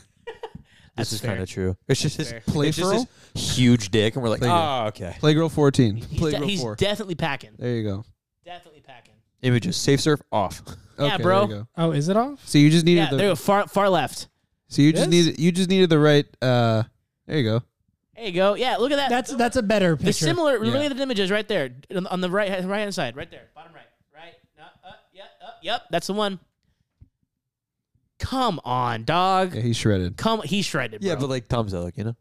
Speaker 1: That's
Speaker 2: is
Speaker 1: fair.
Speaker 2: kind of true. It's just
Speaker 1: That's
Speaker 2: this,
Speaker 1: fair.
Speaker 2: it's just this huge dick, and we're like,
Speaker 3: Playgirl.
Speaker 2: ah, okay.
Speaker 3: Playgirl fourteen.
Speaker 1: He's, de-
Speaker 3: Playgirl
Speaker 1: he's
Speaker 3: four.
Speaker 1: definitely packing.
Speaker 3: there you go.
Speaker 1: Definitely packing.
Speaker 2: Images. Safe surf off.
Speaker 1: Yeah,
Speaker 3: there
Speaker 1: bro.
Speaker 3: you go.
Speaker 4: Oh, is it off?
Speaker 3: So you just needed
Speaker 1: Yeah,
Speaker 3: the.
Speaker 1: there you go. Far, far left.
Speaker 3: So you just
Speaker 4: This?
Speaker 3: needed you just needed the right. uh There you go.
Speaker 1: There you go. Yeah, look at that.
Speaker 4: That's that's a better
Speaker 1: the
Speaker 4: picture.
Speaker 1: similar
Speaker 3: Yeah.
Speaker 1: related images right there on, on the right right hand side, right there, bottom right, right. No, uh, yep, uh, yep. That's the one. Come on, dog.
Speaker 3: Yeah, he's shredded.
Speaker 1: Come, he shredded.
Speaker 2: Yeah,
Speaker 1: bro.
Speaker 2: but like Tom Selleck, you know.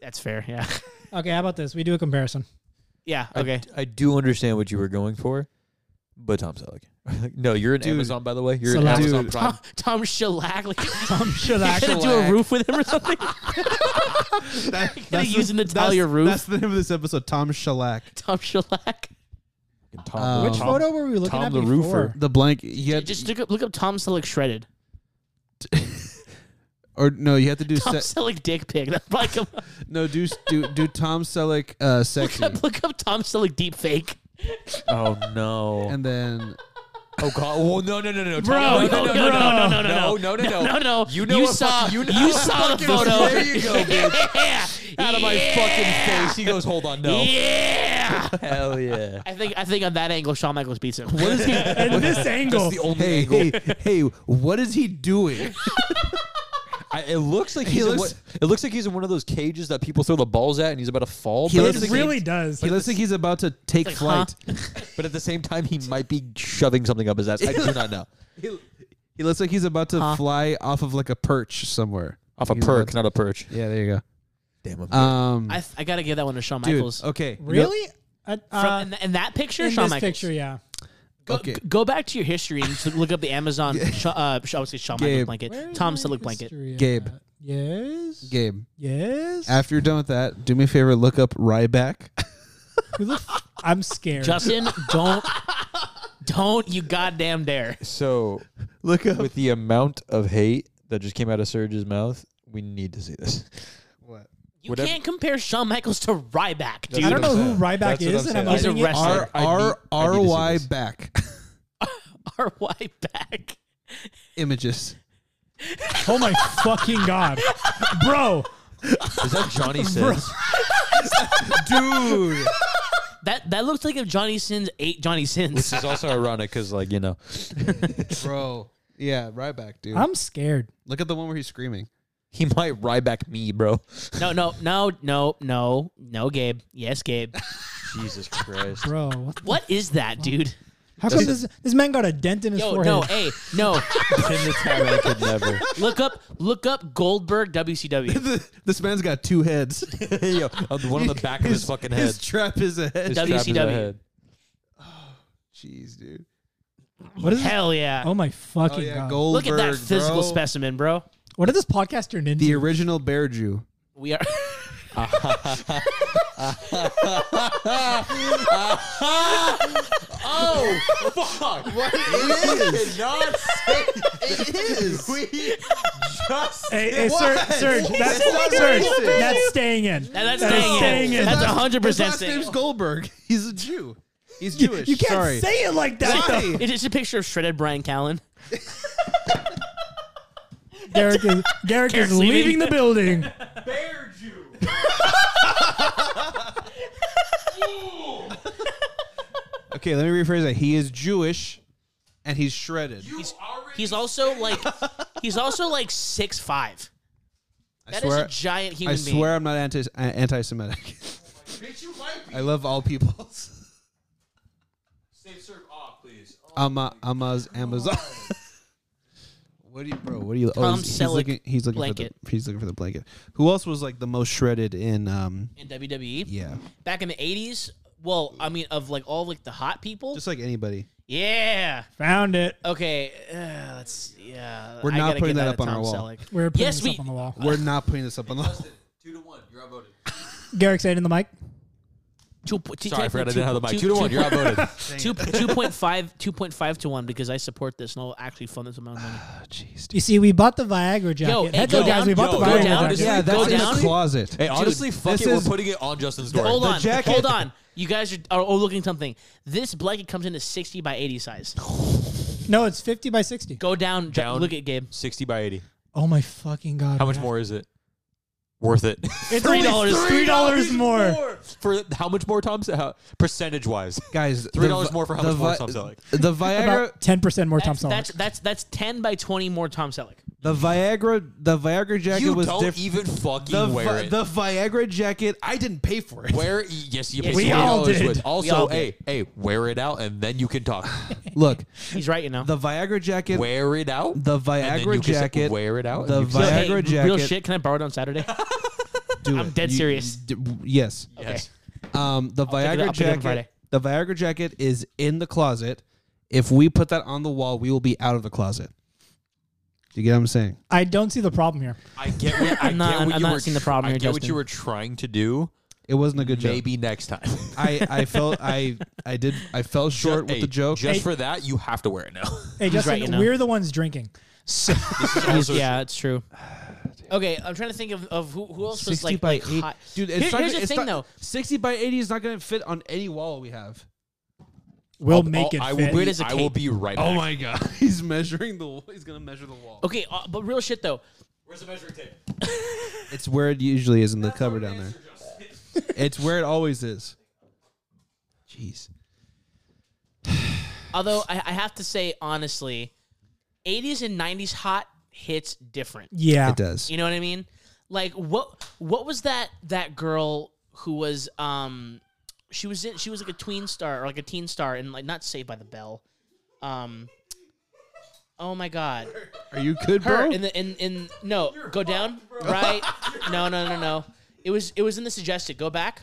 Speaker 1: that's fair. Yeah,
Speaker 4: Okay, how about this? We do a comparison.
Speaker 1: yeah.
Speaker 2: I-
Speaker 1: Okay.
Speaker 2: I, do understand what you were going for, but Tom Selleck. no, you're an
Speaker 3: Dude.
Speaker 2: Amazon, by the way. You're an
Speaker 4: Selleck.
Speaker 2: Amazon
Speaker 3: Dude.
Speaker 2: Prime.
Speaker 1: Tom, Tom shellac. Like,
Speaker 4: I'm sure
Speaker 1: you
Speaker 4: that
Speaker 1: gonna do a
Speaker 2: shellac.
Speaker 1: roof with him or something?
Speaker 3: That's the-
Speaker 1: use an Natalia
Speaker 3: that's,
Speaker 1: roof?
Speaker 3: That's the name of this episode. Tom Shellac.
Speaker 1: Tom shellac.
Speaker 2: Tom,
Speaker 3: Um,
Speaker 4: Which
Speaker 2: Tom-
Speaker 4: photo were we looking
Speaker 2: Tom
Speaker 4: at
Speaker 2: the
Speaker 4: before?
Speaker 2: Roofer.
Speaker 3: The blank. You had,
Speaker 1: Just look up, look up Tom Selleck shredded.
Speaker 3: or no, you have to do
Speaker 1: Tom
Speaker 3: se-
Speaker 1: Selleck dick pig. That's like a,
Speaker 3: no do do do Tom Selleck uh,
Speaker 1: look,
Speaker 3: sexy,
Speaker 1: up, look up Tom Selleck deep fake.
Speaker 2: Oh no.
Speaker 3: and then
Speaker 2: oh god. Well, no, no, no, no, no,
Speaker 1: Bro,
Speaker 2: Tom-
Speaker 1: no, no, no, no, no, no, no,
Speaker 2: no, no,
Speaker 1: No, no.
Speaker 2: You know,
Speaker 1: you
Speaker 2: a
Speaker 1: saw,
Speaker 2: fucking- you, know
Speaker 1: you
Speaker 2: a
Speaker 1: saw the
Speaker 2: fucking-
Speaker 1: photo.
Speaker 2: There you go, bitch.
Speaker 1: yeah.
Speaker 2: Out of my fucking face. He goes, hold on, no.
Speaker 1: Yeah.
Speaker 2: Hell yeah.
Speaker 1: I think I think on that angle, Shawn Michaels beats him.
Speaker 2: What is he?
Speaker 4: At this angle,
Speaker 2: That's the only
Speaker 3: hey
Speaker 2: angle.
Speaker 3: hey hey, what is he doing?
Speaker 2: I, it looks like
Speaker 3: He
Speaker 2: he's in
Speaker 3: looks-
Speaker 2: what- it looks like he's in one of those cages that people throw the balls at, and he's about to fall.
Speaker 3: He
Speaker 2: but,
Speaker 3: looks
Speaker 2: at
Speaker 4: it
Speaker 2: the
Speaker 4: really does.
Speaker 3: He looks like he's about to take
Speaker 1: Like, huh?
Speaker 3: flight.
Speaker 2: same, but at the same time, he might be shoving something up his ass. I do not know.
Speaker 3: He, he looks like he's about to
Speaker 1: Huh?
Speaker 3: fly off of like a perch somewhere.
Speaker 2: Off a
Speaker 3: He's
Speaker 2: perk,
Speaker 3: about
Speaker 2: not a perch.
Speaker 3: to- yeah, there you
Speaker 2: Damn him.
Speaker 3: go. Um,
Speaker 1: I, I gotta give that one to Shawn
Speaker 3: dude,
Speaker 1: Michaels.
Speaker 3: okay, you know-
Speaker 4: really? Uh,
Speaker 1: From
Speaker 4: uh,
Speaker 1: in, th- in that picture,
Speaker 4: in
Speaker 1: Shawn
Speaker 4: this
Speaker 1: Michaels.
Speaker 4: picture, yeah.
Speaker 1: Go,
Speaker 3: Okay.
Speaker 1: g- go back to your history and just look up the Amazon. Sha- uh, Sha- I would say Shawn Michaels
Speaker 3: Gabe.
Speaker 1: blanket.
Speaker 4: Where's
Speaker 1: Tom
Speaker 4: my
Speaker 1: Selleck blanket.
Speaker 4: history at?
Speaker 3: Gabe.
Speaker 4: Yes.
Speaker 3: Gabe.
Speaker 4: Yes.
Speaker 3: After you're done with that, do me a favor, look up Ryback.
Speaker 4: Who the f- I'm scared.
Speaker 1: Justin, don't, don't you goddamn dare.
Speaker 2: So,
Speaker 3: look up.
Speaker 2: with the amount of hate that just came out of Serge's mouth, we need to see this.
Speaker 3: What?
Speaker 1: You
Speaker 2: Whatever-
Speaker 1: can't compare Shawn Michaels to Ryback, dude.
Speaker 4: I don't
Speaker 2: That's
Speaker 4: know
Speaker 2: what
Speaker 4: who
Speaker 2: I'm
Speaker 4: Ryback
Speaker 2: saying. That's what
Speaker 4: is,
Speaker 2: I'm
Speaker 4: and I'm
Speaker 1: saying.
Speaker 4: opening
Speaker 1: He's a
Speaker 4: it.
Speaker 1: wrestler.
Speaker 3: R
Speaker 2: I need-
Speaker 3: R
Speaker 2: I need to
Speaker 3: R
Speaker 2: see
Speaker 3: Y
Speaker 2: this.
Speaker 3: back
Speaker 1: Our Ryback.
Speaker 3: images.
Speaker 4: Oh my fucking god, bro!
Speaker 2: Is that Johnny Sins?
Speaker 3: Dude,
Speaker 1: That that looks like if Johnny Sins ate Johnny Sins.
Speaker 2: this is also ironic because, like, you know,
Speaker 3: bro. Yeah, Ryback, dude.
Speaker 4: I'm scared.
Speaker 3: look at the one where he's screaming.
Speaker 2: he might Ryback me, bro.
Speaker 1: No, no, no, no, no, no, Gabe. Yes, Gabe.
Speaker 2: Jesus Christ.
Speaker 4: Bro, what-
Speaker 1: What is that, dude?
Speaker 4: how come this this man got a dent in his
Speaker 1: Yo,
Speaker 4: forehead?
Speaker 1: no, hey, no.
Speaker 2: In the time I could never.
Speaker 1: Look up, look up Goldberg WCW.
Speaker 3: this man's got two heads.
Speaker 2: Yo, uh, the one on the back of his fucking head.
Speaker 3: His trap is a head.
Speaker 2: His trap is a
Speaker 1: WCW.
Speaker 2: head.
Speaker 3: Jeez, dude.
Speaker 4: What is this?
Speaker 1: Hell yeah.
Speaker 4: Oh my fucking god!
Speaker 1: look at that
Speaker 3: Goldberg,
Speaker 1: physical
Speaker 3: bro.
Speaker 1: specimen, bro.
Speaker 4: What did this podcast turn into?
Speaker 3: The er- original Bear Jew.
Speaker 1: We are. oh, fuck.
Speaker 3: It is not. It is. We just.
Speaker 4: Hey, hey Serge,
Speaker 3: What?
Speaker 4: Serge,
Speaker 3: He
Speaker 4: that's,
Speaker 3: said that's
Speaker 4: Serge,
Speaker 3: racist.
Speaker 4: that's staying in.
Speaker 1: That- that's staying in. That's
Speaker 3: His last-
Speaker 1: 100%
Speaker 3: His last
Speaker 1: staying.
Speaker 3: name's Goldberg. He's a Jew. He's
Speaker 4: You-
Speaker 3: Jewish.
Speaker 4: You can't
Speaker 3: Sorry.
Speaker 4: say it like that.
Speaker 3: Sorry.
Speaker 4: though.
Speaker 1: It's just a picture of shredded Brian Callen.
Speaker 4: Derek is Derek is
Speaker 1: Derek's leaving.
Speaker 4: leaving the building.
Speaker 3: Bear Jew. okay, let me rephrase that. He is Jewish, and he's shredded.
Speaker 1: He's also like, he's also like six five. That is
Speaker 3: swear-
Speaker 1: a giant human
Speaker 3: I
Speaker 1: being.
Speaker 3: swear I'm not anti uh, anti-Semitic. I love all peoples. uh,
Speaker 5: Safe serve off, please.
Speaker 3: Ama, Amaz, Amazon. What do you, bro? What do you? oh,
Speaker 1: Tom
Speaker 3: he's, he's
Speaker 1: Selleck
Speaker 3: looking. He's looking
Speaker 1: blanket.
Speaker 3: for the. He's looking for the blanket. Who else was like the most shredded in? Um,
Speaker 1: in E. WWE
Speaker 3: yeah,
Speaker 1: back in the '80s. Well, I mean, of like all like the hot people.
Speaker 3: just like anybody.
Speaker 1: yeah.
Speaker 4: Found it.
Speaker 1: Okay. Uh, let's. Yeah.
Speaker 3: We're
Speaker 1: I
Speaker 3: not
Speaker 1: gotta
Speaker 3: putting
Speaker 1: get
Speaker 3: that
Speaker 1: out
Speaker 3: up
Speaker 1: of
Speaker 3: on our
Speaker 1: Tom
Speaker 3: wall.
Speaker 1: Selleck.
Speaker 4: We're putting
Speaker 1: Yes,
Speaker 4: this
Speaker 1: we-
Speaker 4: up on the wall.
Speaker 3: We're not putting this up on the.
Speaker 2: Two to one, you're outvoted.
Speaker 4: Garrick's eight in the mic.
Speaker 1: Two, po- two-
Speaker 2: Sorry, I forgot I
Speaker 1: technically
Speaker 2: didn't have the
Speaker 1: two-
Speaker 2: mic. Two,
Speaker 1: two-
Speaker 2: to one,
Speaker 1: two-
Speaker 2: you're outvoted.
Speaker 1: two two point five two point five to one because I support this and I'll actually fund this amount of money.
Speaker 4: You see, we bought the Viagra jacket.
Speaker 1: Yo, hey,
Speaker 4: Heads up,
Speaker 1: go
Speaker 4: guys. We
Speaker 1: down.
Speaker 4: bought
Speaker 2: Yo,
Speaker 4: the
Speaker 2: go
Speaker 4: Viagra
Speaker 2: down.
Speaker 4: jacket.
Speaker 1: Yeah, that's Go in the down.
Speaker 3: closet.
Speaker 2: Hey, honestly, fuck
Speaker 3: this
Speaker 2: it. We're
Speaker 3: is-
Speaker 2: putting it on Justin's door.
Speaker 1: Hold
Speaker 3: The
Speaker 1: on,
Speaker 3: jacket-
Speaker 1: hold on. You guys are, are overlooking something. This blanket comes in a sixty by eighty size.
Speaker 4: No, it's 50 by 60.
Speaker 1: Go down. Jack-
Speaker 2: Down.
Speaker 1: Look at Gabe.
Speaker 2: Sixty by eighty.
Speaker 4: Oh, my fucking God.
Speaker 2: How much
Speaker 4: man.
Speaker 2: more is it? Worth it
Speaker 4: It's only
Speaker 1: $3.
Speaker 4: $3 more.
Speaker 2: for how much more, Tom? How, percentage wise,
Speaker 3: guys,
Speaker 2: three dollars more for how
Speaker 3: the
Speaker 2: much more
Speaker 3: Vi-
Speaker 2: Tom Selleck.
Speaker 3: The Viagra,
Speaker 4: About 10% more Tom
Speaker 1: That's,
Speaker 4: Selleck.
Speaker 1: that's that's that's ten by twenty more Tom Selleck.
Speaker 3: the Viagra, the Viagra jacket
Speaker 2: You
Speaker 3: was
Speaker 2: don't
Speaker 3: different.
Speaker 2: even fucking
Speaker 3: the,
Speaker 2: wear
Speaker 3: Vi-
Speaker 2: it.
Speaker 3: the Viagra jacket, I didn't pay for it.
Speaker 2: Wear it. Yes, you
Speaker 1: Yes,
Speaker 2: paid
Speaker 1: we
Speaker 2: $20
Speaker 4: all did.
Speaker 2: With. Also,
Speaker 1: all
Speaker 2: hey, hey, wear it out, and then you can talk.
Speaker 3: Look,
Speaker 1: He's right, you know.
Speaker 3: the Viagra jacket,
Speaker 2: wear it out.
Speaker 3: the
Speaker 2: and then
Speaker 3: Viagra
Speaker 2: you can say,
Speaker 3: jacket,
Speaker 2: Wear it out.
Speaker 3: the
Speaker 2: and you can
Speaker 1: Yo,
Speaker 2: say,
Speaker 1: hey,
Speaker 3: Viagra
Speaker 1: Real
Speaker 3: jacket.
Speaker 1: shit. Can I borrow it on Saturday?
Speaker 3: Do
Speaker 1: I'm
Speaker 3: it.
Speaker 1: dead
Speaker 3: You-
Speaker 1: serious.
Speaker 3: d- yes.
Speaker 2: yes.
Speaker 3: Um, the
Speaker 1: pick it up-
Speaker 3: Viagra
Speaker 1: I'll pick it up Friday.
Speaker 3: jacket. The Viagra jacket is in the closet. If we put that on the wall, we will be out of the closet. Do you get what I'm saying?
Speaker 4: I don't see the problem here.
Speaker 2: I get what, I
Speaker 1: I'm not-
Speaker 2: get what
Speaker 1: I'm
Speaker 2: you
Speaker 1: not
Speaker 2: were
Speaker 1: seeing the problem
Speaker 2: I
Speaker 1: here,
Speaker 2: get what
Speaker 1: Justin.
Speaker 2: you were trying to do.
Speaker 3: It wasn't a good joke.
Speaker 2: Maybe next time.
Speaker 3: I, I felt I I did I fell short with
Speaker 2: Hey,
Speaker 3: the joke.
Speaker 2: Just
Speaker 4: Hey.
Speaker 2: for that, you have to wear it now.
Speaker 4: Hey, Justin,
Speaker 1: right, you know.
Speaker 4: we're the ones drinking. So,
Speaker 1: He's- yeah, it's true. Okay, I'm trying to think of, of who, who else was like, like hot.
Speaker 3: dude. It's
Speaker 1: Here-
Speaker 3: not
Speaker 1: here's
Speaker 3: gonna-
Speaker 1: the
Speaker 3: it's
Speaker 1: thing,
Speaker 3: not-
Speaker 1: though.
Speaker 3: sixty by eighty is not going to fit on any wall we have.
Speaker 4: we'll
Speaker 2: I'll-
Speaker 4: make
Speaker 2: I'll- I
Speaker 4: it
Speaker 2: will
Speaker 4: fit.
Speaker 2: be-
Speaker 1: Weird as a
Speaker 2: I will
Speaker 1: cake.
Speaker 2: be right back.
Speaker 3: Oh my god, he's measuring the. wall. He's going to measure the wall.
Speaker 1: Okay, uh, but real shit though.
Speaker 2: Where's the measuring tape?
Speaker 3: It's where it usually is in the cupboard down there. It's where it always is. Jeez.
Speaker 1: Although I, I have to say honestly, 80s and 90s hot hits different.
Speaker 4: yeah.
Speaker 3: It does.
Speaker 1: You know what I mean? Like what what was that that girl who was um she was in she was like a tween star or like a teen star and like not Saved by the Bell. Um Oh my god.
Speaker 3: Are you good,
Speaker 1: Her
Speaker 3: bro?
Speaker 1: in the in in no, go down. Right. No, no, no, no. It was it was in the suggested. Go back.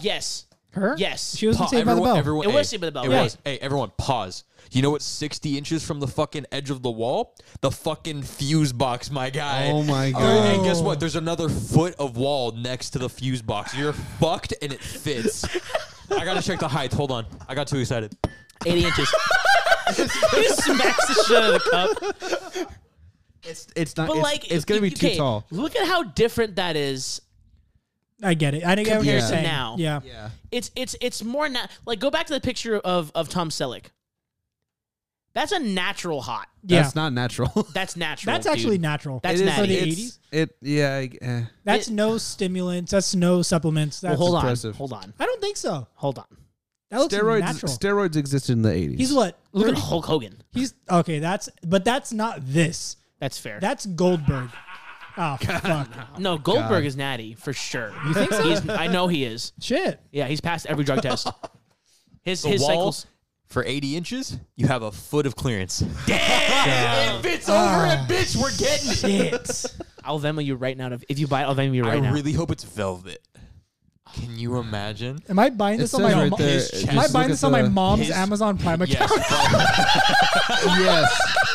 Speaker 1: Yes.
Speaker 4: Her?
Speaker 1: Yes.
Speaker 4: She was
Speaker 2: Pa-
Speaker 4: not Saved by the
Speaker 2: everyone-
Speaker 4: Bell.
Speaker 2: everyone-
Speaker 1: It was
Speaker 2: hey,
Speaker 1: Saved by the Bell,
Speaker 2: It
Speaker 1: right.
Speaker 2: was. Hey, everyone, pause. You know what's 60 inches from the fucking edge of the wall? The fucking fuse box, my guy.
Speaker 3: Oh my
Speaker 2: All right,
Speaker 3: God.
Speaker 2: And guess what? There's another foot of wall next to the fuse box. You're fucked and it fits. I gotta check the height. Hold on. I got too excited.
Speaker 1: 80 inches. he smacks the shit out of the cup.
Speaker 3: it's it's not.
Speaker 1: But
Speaker 3: It's,
Speaker 1: like,
Speaker 3: it's going to
Speaker 1: you-
Speaker 3: be too
Speaker 1: okay,
Speaker 3: tall.
Speaker 1: Look at how different that is.
Speaker 4: I get it. I didn't get what you're
Speaker 3: Comparison
Speaker 4: saying.
Speaker 1: now.
Speaker 4: Yeah.
Speaker 1: It's it's it's more na- like go back to the picture of of Tom Selleck. That's a natural hot.
Speaker 4: Yeah.
Speaker 3: That's not natural.
Speaker 1: That's natural.
Speaker 4: That's actually
Speaker 1: dude.
Speaker 4: natural.
Speaker 1: That's
Speaker 3: It is-
Speaker 1: natty.
Speaker 4: For the
Speaker 3: it's-
Speaker 4: 80s?
Speaker 3: It yeah. I- eh.
Speaker 4: That's
Speaker 1: it-
Speaker 4: no stimulants. That's no supplements. That's,
Speaker 1: Well, hold
Speaker 3: impressive.
Speaker 1: on. Hold on.
Speaker 4: I don't think so.
Speaker 1: Hold on.
Speaker 4: That looks
Speaker 3: Steroids
Speaker 4: natural.
Speaker 3: steroids existed in the eighties.
Speaker 4: He's what?
Speaker 1: Look at
Speaker 4: 30?
Speaker 1: Hulk Hogan.
Speaker 4: He's okay. That's but that's not this.
Speaker 1: That's fair.
Speaker 4: That's Goldberg. Oh fuck!
Speaker 1: no, Goldberg is natty for sure. You
Speaker 4: think so?
Speaker 1: He's, I know he is.
Speaker 4: Shit.
Speaker 1: Yeah, he's passed every drug test. His
Speaker 2: The
Speaker 1: his
Speaker 2: walls
Speaker 1: cycles.
Speaker 2: for 80 inches, you have a foot of clearance. Damn! It fits over it, bitch. We're getting it.
Speaker 4: Shit.
Speaker 1: I'll Venmo you right now. If you buy, it, I'll Venmo you right
Speaker 2: I
Speaker 1: now.
Speaker 2: really hope it's velvet. Can you imagine?
Speaker 4: Am I buying
Speaker 3: It
Speaker 4: this
Speaker 3: says
Speaker 4: on my
Speaker 3: right
Speaker 4: mo-
Speaker 3: there.
Speaker 2: His
Speaker 3: just
Speaker 2: chest.
Speaker 4: Am I
Speaker 3: look
Speaker 4: buying
Speaker 3: at
Speaker 4: this on my
Speaker 3: the-
Speaker 4: mom's
Speaker 2: his-
Speaker 4: Amazon Prime account?
Speaker 3: Yes.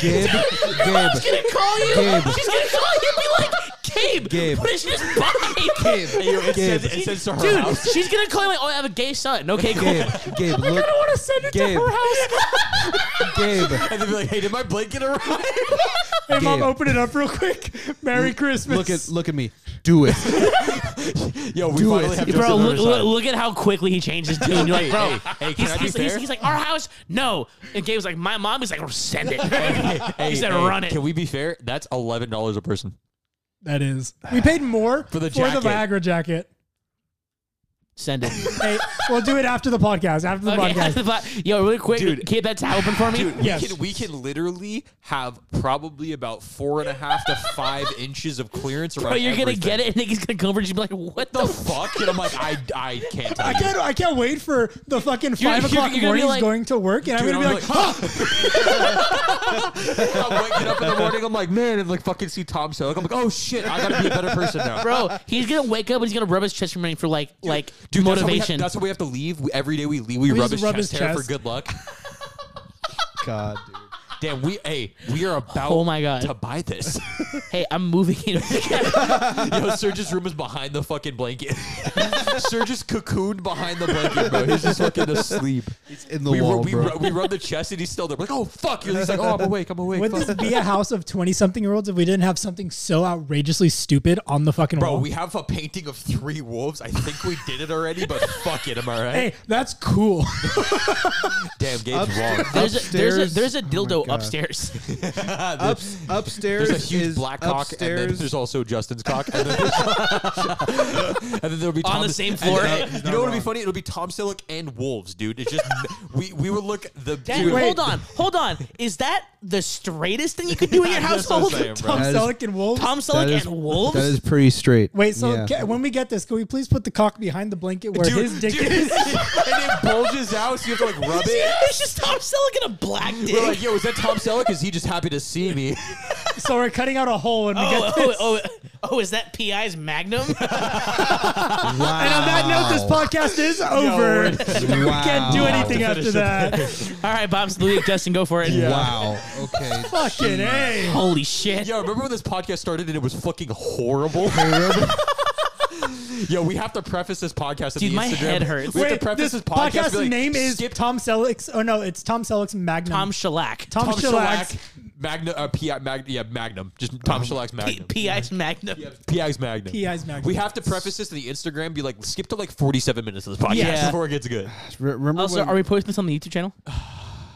Speaker 3: Gabe, Gabe,
Speaker 1: gonna call you.
Speaker 3: Gabe.
Speaker 1: She's gonna call you and be like, Gabe,
Speaker 3: Gabe.
Speaker 1: what did she just buy? Gabe.
Speaker 2: Hey, yo, it,
Speaker 3: Gabe.
Speaker 2: sends, it sends to her
Speaker 1: Dude,
Speaker 2: house.
Speaker 1: she's gonna call you like, oh, I have a gay son. Okay, cool.
Speaker 3: Gabe, Gabe, look,
Speaker 4: want to send it
Speaker 3: Gabe.
Speaker 4: house.
Speaker 3: Gabe.
Speaker 2: And they'd be like, hey, did my blanket arrive?
Speaker 4: Hey, mom,
Speaker 3: Gabe.
Speaker 4: open it up real quick. Merry Christmas.
Speaker 3: Look at look at me. Do it.
Speaker 2: Yo, we
Speaker 3: Do
Speaker 2: finally
Speaker 3: it.
Speaker 2: have
Speaker 1: Bro,
Speaker 2: Justin on
Speaker 1: look,
Speaker 2: our
Speaker 1: look,
Speaker 2: side.
Speaker 1: look at how quickly he changes tune. You're like, bro,
Speaker 2: hey, can
Speaker 1: he's,
Speaker 2: I be
Speaker 1: he's, he's-
Speaker 2: fair?
Speaker 1: he's like, our house, no. And Gabe's like, my mom. He's like, send it. he said,
Speaker 2: Hey,
Speaker 1: run it.
Speaker 2: Can we be fair? That's eleven dollars a person.
Speaker 4: that is. We paid more for
Speaker 2: the
Speaker 4: the
Speaker 2: jacket.
Speaker 4: Viagra jacket.
Speaker 1: Send it.
Speaker 4: Hey, we'll do it after the podcast. After the
Speaker 1: Okay,
Speaker 4: podcast.
Speaker 1: Yo, really quick,
Speaker 2: Dude.
Speaker 1: kid, that's open for me.
Speaker 2: Dude,
Speaker 4: Yes.
Speaker 2: we can we can literally have probably about four and a half to five inches of clearance around.
Speaker 1: Bro, you're gonna
Speaker 2: everything.
Speaker 1: get it, and niggas gonna come over and you be like, "What the
Speaker 2: The fuck? And I'm like, I I can't tell
Speaker 4: I
Speaker 2: you.
Speaker 4: can't. I can't wait for the fucking 5
Speaker 1: You're- you're-
Speaker 4: o'clock
Speaker 1: you're gonna be
Speaker 4: mornings
Speaker 1: like-
Speaker 4: going to work, and
Speaker 2: Dude,
Speaker 4: I'm gonna be like,
Speaker 2: I'm waking up in the morning. I'm like, man, and like fucking see Tom Selleck. I'm like, oh shit, I gotta be a better person now,
Speaker 1: bro?" He's gonna wake up and he's gonna rub his chest for money for like like
Speaker 2: Dude, that's why we have-
Speaker 1: motivation.
Speaker 2: That's why we have to leave. We- Every day we leave, we,
Speaker 4: We
Speaker 2: rub
Speaker 4: just
Speaker 2: his
Speaker 4: rub
Speaker 2: chest
Speaker 4: his
Speaker 2: hair for
Speaker 4: chest.
Speaker 2: good luck.
Speaker 3: God, dude.
Speaker 2: Damn, we hey, we are about.
Speaker 1: Oh my God.
Speaker 2: to buy this.
Speaker 1: hey, I'm moving. You
Speaker 2: Yo, Serge's room is behind the fucking blanket. Serge is cocooned behind the blanket, bro. He's just fucking asleep.
Speaker 3: It's in the
Speaker 2: We,
Speaker 3: wall,
Speaker 2: ru- we,
Speaker 3: bro.
Speaker 2: ru- we rub the chest and he's still there. We're like, oh fuck, you're he's like, oh, I'm awake, I'm awake.
Speaker 4: "Would
Speaker 2: fuck.
Speaker 4: this be a house of twenty-something-year-olds if we didn't have something so outrageously stupid on the fucking
Speaker 2: Bro,
Speaker 4: wall?"
Speaker 2: we have a painting of three wolves. I think we did it already, but fuck it, am I right?
Speaker 4: hey, that's cool.
Speaker 2: Damn, Gabe's wrong.
Speaker 1: there's a, there's a
Speaker 3: Upstairs.
Speaker 1: there's a
Speaker 3: Oh my
Speaker 1: dildo
Speaker 3: God.
Speaker 1: upstairs.
Speaker 3: Ups, upstairs
Speaker 2: There's a huge
Speaker 3: is
Speaker 2: black cock,
Speaker 3: upstairs.
Speaker 2: and then there's also Justin's cock, and then, there's- and then there'll be
Speaker 1: On
Speaker 2: Tom
Speaker 1: the same
Speaker 2: and
Speaker 1: floor.
Speaker 2: then- uh,
Speaker 1: He's
Speaker 2: you
Speaker 3: not
Speaker 2: know what'll be
Speaker 3: wrong.
Speaker 2: funny? It'll be Tom Selleck and wolves, dude. It's just we we would look the
Speaker 1: That-
Speaker 2: dude,
Speaker 1: hold on, hold on. Is that the straightest thing you could do in your
Speaker 2: That's what I'm
Speaker 1: household?
Speaker 2: saying, bro.
Speaker 4: Tom
Speaker 3: That is-
Speaker 4: Selleck and wolves.
Speaker 1: Tom Selleck and wolves.
Speaker 3: That is pretty straight.
Speaker 4: Wait, so
Speaker 3: Yeah.
Speaker 4: ca- when we get this, can we please put the cock behind the blanket where his dick is?
Speaker 2: and it bulges out, so you have to like rub it.
Speaker 1: it's just Tom Selleck in a black dick.
Speaker 2: We're like, yo, is that Tom Selleck? Is he just happy to see me?
Speaker 4: so we're cutting out a hole, and we
Speaker 1: oh,
Speaker 4: get
Speaker 1: oh,
Speaker 4: this.
Speaker 1: oh, oh, is that PI's Magnum?
Speaker 4: And on that note, this podcast is over.
Speaker 3: we
Speaker 4: Can't do anything after that.
Speaker 1: All right, Bob, Louie, Justin, go for it.
Speaker 3: Wow. Okay.
Speaker 4: Fucking a.
Speaker 1: Holy shit.
Speaker 2: Yo, remember when this podcast started and it was fucking horrible? Yo, we have to preface this podcast. at
Speaker 1: Dude,
Speaker 2: the
Speaker 1: my
Speaker 2: Instagram.
Speaker 1: head hurts.
Speaker 2: We have to preface this
Speaker 4: this
Speaker 2: podcast. be like,
Speaker 4: name is
Speaker 2: skip
Speaker 4: Tom Selleck's. Oh no, it's Tom Selleck's Magnum.
Speaker 1: Tom Shellac. Oh,
Speaker 4: Tom,
Speaker 2: Tom
Speaker 4: Shellac.
Speaker 2: Shellac, Magna, uh, P.I. Mag, yeah, Magnum. Just Tom Shellack's
Speaker 1: P-
Speaker 2: Magnum.
Speaker 1: PI's Magnum.
Speaker 2: P.I.'s Magnum.
Speaker 4: P.I.'s Magnum.
Speaker 2: We have to preface this to the Instagram. Be like, skip to like forty-seven minutes of this podcast
Speaker 1: Yeah. Oh,
Speaker 2: before it gets good.
Speaker 3: Re- Remember
Speaker 1: Also,
Speaker 3: when,
Speaker 1: are we posting this on the YouTube channel?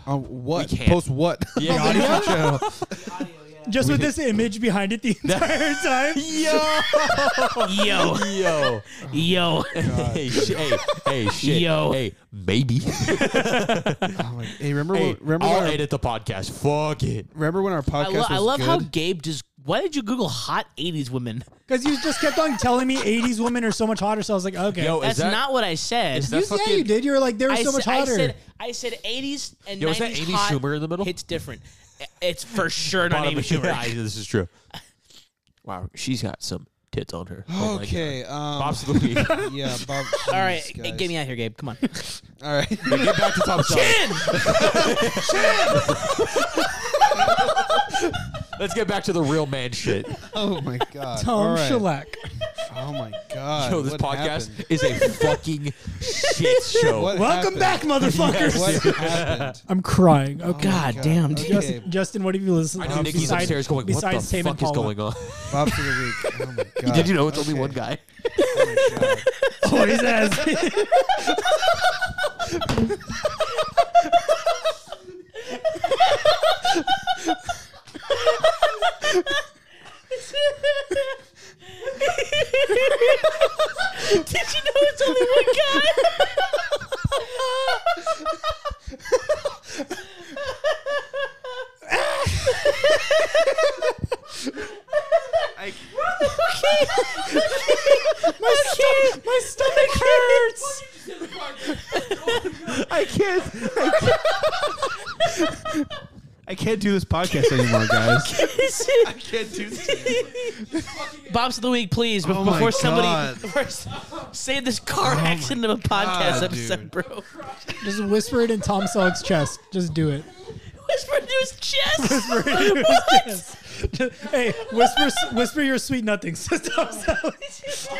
Speaker 3: on what?
Speaker 2: We can't.
Speaker 3: Post what?
Speaker 2: Yeah.
Speaker 3: On the YouTube channel.
Speaker 4: Just with this image behind it the entire time.
Speaker 2: Yo,
Speaker 1: yo,
Speaker 2: yo,
Speaker 1: yo.
Speaker 2: hey, sh- hey, hey, shit,
Speaker 1: Yo.
Speaker 2: hey, maybe.
Speaker 3: Oh my- hey, remember
Speaker 2: Hey,
Speaker 3: when, remember
Speaker 2: I'll
Speaker 3: when our,
Speaker 2: edit the podcast. Fuck it.
Speaker 3: remember when our podcast
Speaker 1: I, lo-
Speaker 3: was
Speaker 1: I love
Speaker 3: good?
Speaker 1: how Gabe just. Why did you Google hot 80s women?
Speaker 4: Because you just kept on telling me 80s women are so much hotter. So I was like, okay.
Speaker 2: Yo,
Speaker 1: That's
Speaker 2: is that,
Speaker 1: not what I said.
Speaker 2: is
Speaker 4: you,
Speaker 2: that fucking?
Speaker 4: yeah, you did. You were like, they were
Speaker 1: I,
Speaker 4: so much
Speaker 1: said, I
Speaker 4: hotter.
Speaker 1: said I said 80s and
Speaker 2: Yo,
Speaker 1: 90s.
Speaker 2: is that Amy
Speaker 1: hot
Speaker 2: Schumer in the middle?
Speaker 1: It's different. It's for sure not
Speaker 2: bottom
Speaker 1: Amy
Speaker 2: of your
Speaker 1: Schumer.
Speaker 2: eye. This is true. Wow, she's got some tits on her. Oh my
Speaker 3: Okay.
Speaker 2: God.
Speaker 3: Um,
Speaker 2: Bob's the week.
Speaker 3: yeah. Bob,
Speaker 1: All right,
Speaker 3: jeez,
Speaker 1: g-
Speaker 3: guys.
Speaker 1: get me out of here, Gabe. Come on.
Speaker 3: All right.
Speaker 2: Get back to Tom Selleck. Let's get back to the real man shit.
Speaker 3: Oh my god.
Speaker 4: Tom
Speaker 3: All right.
Speaker 4: Shellac.
Speaker 3: Oh my god.
Speaker 2: Yo, this
Speaker 3: What
Speaker 2: podcast Oh.
Speaker 3: happened?
Speaker 2: is a fucking shit show.
Speaker 3: What
Speaker 4: Welcome
Speaker 3: happened?
Speaker 4: back, motherfuckers.
Speaker 3: What happened?
Speaker 4: I'm crying.
Speaker 3: Oh my
Speaker 4: Okay.
Speaker 1: God damn, dude.
Speaker 4: Justin, Justin, what have you listened
Speaker 2: I
Speaker 4: to?
Speaker 2: know Nikki's
Speaker 4: beside-
Speaker 2: upstairs going, what the
Speaker 4: besides Tame and
Speaker 2: fuck is
Speaker 4: Paula?"
Speaker 2: going on?
Speaker 3: Bob for the week. Oh my god.
Speaker 2: Did you know it's only
Speaker 3: Okay.
Speaker 2: one guy?
Speaker 3: Oh my God.
Speaker 4: Oh, he says.
Speaker 1: Did you know it's only one guy?
Speaker 4: my, stomach, my stomach hurts.
Speaker 3: I can't. I can't, I can't do this podcast anymore, guys.
Speaker 1: Bob's of the week, please, be-
Speaker 3: Oh my
Speaker 1: before somebody
Speaker 3: God.
Speaker 1: before s- save this car accident of a podcast
Speaker 3: God,
Speaker 1: episode,
Speaker 3: dude.
Speaker 1: bro.
Speaker 4: Just whisper it in Tom Selleck's chest. Just do it.
Speaker 1: Whisper to his chest.
Speaker 4: Just- hey, whisper, whisper your sweet nothings. to Tom Selleck.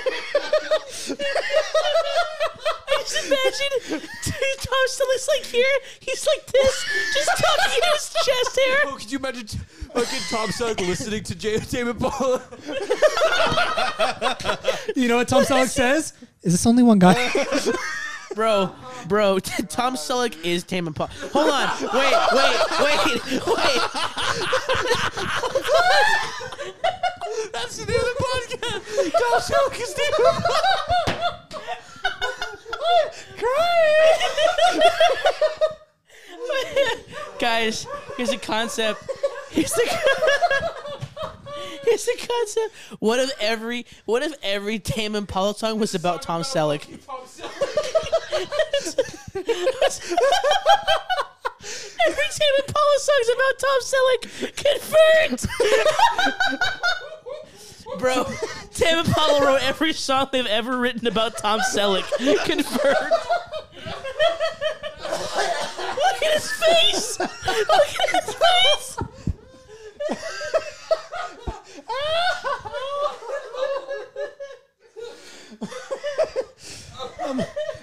Speaker 1: I just imagine dude, Tom still looks like here. He's like this, just tucking into his chest hair.
Speaker 2: Oh, could you imagine t- fucking Tom Selleck listening to J- David Paula?
Speaker 4: you know what Tom Selleck says? Is this only one guy?
Speaker 1: Bro, bro, Tom Selleck is Tame and Paul. Hold on, wait, wait, wait, wait. That's the name of the podcast. Tom Selleck is Tame and Paul. Guys, here's a concept. Here's the here's the concept. What if every what if every Tame Impala song was about Tom Selleck? every Tame Impala song's about Tom Selleck. Confirmed. Bro, Tame Impala wrote every song they've ever written about Tom Selleck. Confirmed. Look at his face. Look at his face.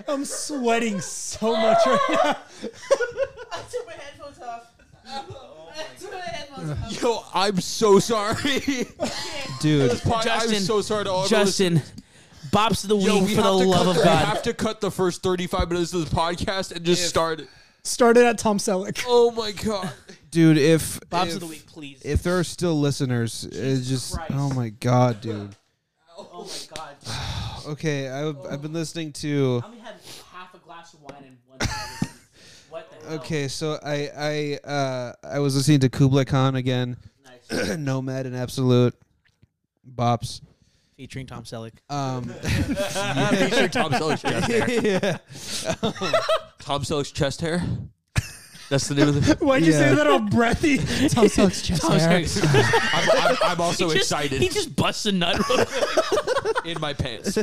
Speaker 4: I'm sweating so much right now.
Speaker 5: I took my headphones off. I took my headphones off.
Speaker 2: Yo, I'm so sorry.
Speaker 3: Dude,
Speaker 1: Justin,
Speaker 2: I'm so sorry to all of our
Speaker 1: Justin, Bob's to the
Speaker 2: Oh, Yo,
Speaker 1: wing
Speaker 2: we
Speaker 1: for the
Speaker 2: have to
Speaker 1: love
Speaker 2: cut
Speaker 1: of
Speaker 2: the- We
Speaker 1: God.
Speaker 2: have to cut the first 35 minutes of this podcast and just start it.
Speaker 4: Started at Tom Selleck.
Speaker 2: Oh my god.
Speaker 3: dude, if
Speaker 1: Bob's
Speaker 3: if,
Speaker 1: of the week, please.
Speaker 3: if there are still listeners, it's just
Speaker 1: Christ.
Speaker 3: oh my god, dude.
Speaker 1: oh my God,
Speaker 3: Okay, I've, I've been listening to.
Speaker 1: I only had half a glass of wine and one. what the hell?
Speaker 3: Okay, so I I uh I was listening to Kublai Khan again,
Speaker 1: Nice.
Speaker 3: Nomad and Absolute, Bops.
Speaker 1: Featuring Tom Selleck.
Speaker 3: Um,
Speaker 2: Make sure Tom Selleck's chest hair.
Speaker 3: yeah.
Speaker 2: Tom Selleck's chest hair. That's the name of the.
Speaker 4: Why'd you say
Speaker 3: Yeah.
Speaker 4: that all breathy? Tom Selleck's chest hair.
Speaker 2: I'm, I'm, I'm also
Speaker 1: He just-
Speaker 2: excited
Speaker 1: He just busts a nut.
Speaker 2: in my pants.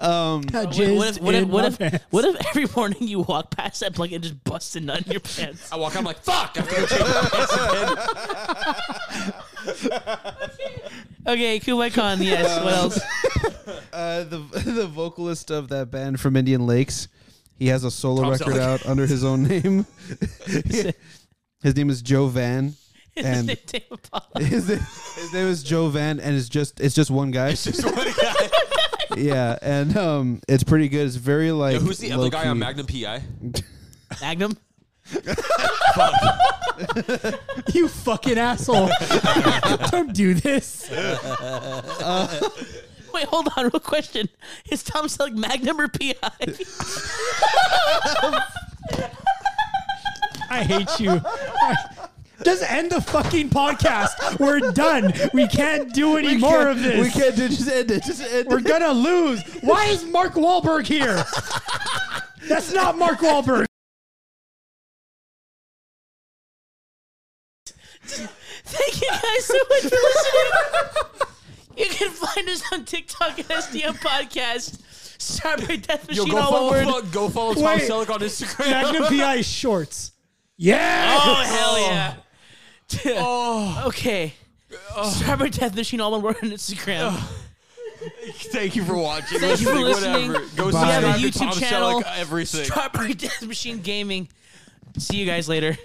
Speaker 3: Um,
Speaker 4: Got
Speaker 1: Wait, what if
Speaker 4: jizzed
Speaker 1: what if
Speaker 4: in
Speaker 1: what
Speaker 4: my
Speaker 1: if,
Speaker 4: pants.
Speaker 1: what if every morning you walk past that plug and just busts a nut in your pants?
Speaker 2: I walk. I'm like, fuck. I have to go change my pants again.
Speaker 1: Okay, Kublai Khan. Yes. What else?
Speaker 3: uh, the the vocalist of that band from Indian Lakes, he has a solo
Speaker 2: Tom
Speaker 3: record
Speaker 2: Selleck.
Speaker 3: out under his own name. his name is Joe Van, and
Speaker 1: Tame Impala.
Speaker 3: his name, his name is Joe Van, and it's just it's just one guy.
Speaker 2: Just one guy.
Speaker 3: yeah, and um, it's pretty good. It's very like
Speaker 2: Yo, who's the other guy on
Speaker 3: low-key.
Speaker 2: Magnum PI?
Speaker 1: Magnum.
Speaker 4: you fucking asshole? Don't do this.
Speaker 1: Wait, hold on. Real question: Is Tom Selleck Magnum or PI?
Speaker 4: I hate you. I- just end the fucking podcast. We're done. We can't do any
Speaker 3: We
Speaker 4: more
Speaker 3: can't-
Speaker 4: of this.
Speaker 3: We can't do just end it. Just end
Speaker 4: We're
Speaker 3: it.
Speaker 4: gonna lose. Why is Mark Wahlberg here? That's not Mark Wahlberg.
Speaker 1: Thank you guys so much for listening. You can find us on TikTok at SDM Podcast. Strawberry Death
Speaker 2: Yo,
Speaker 1: Machine,
Speaker 2: go
Speaker 1: all
Speaker 2: follow,
Speaker 1: one word.
Speaker 2: fuck, go follow Tom
Speaker 4: Wait.
Speaker 2: Selleck on Instagram.
Speaker 4: Magnum PI shorts. Yeah.
Speaker 1: Oh, hell yeah.
Speaker 2: Oh,
Speaker 1: Okay. Strawberry Death Machine, all one word on Instagram.
Speaker 2: Oh. Thank you for watching.
Speaker 1: Thank you for listening.
Speaker 2: Whatever. Go
Speaker 1: We have a
Speaker 2: subscribe to
Speaker 1: YouTube
Speaker 2: Tom
Speaker 1: channel.
Speaker 2: Selleck. Everything.
Speaker 1: Strawberry Death Machine Gaming. See you guys later.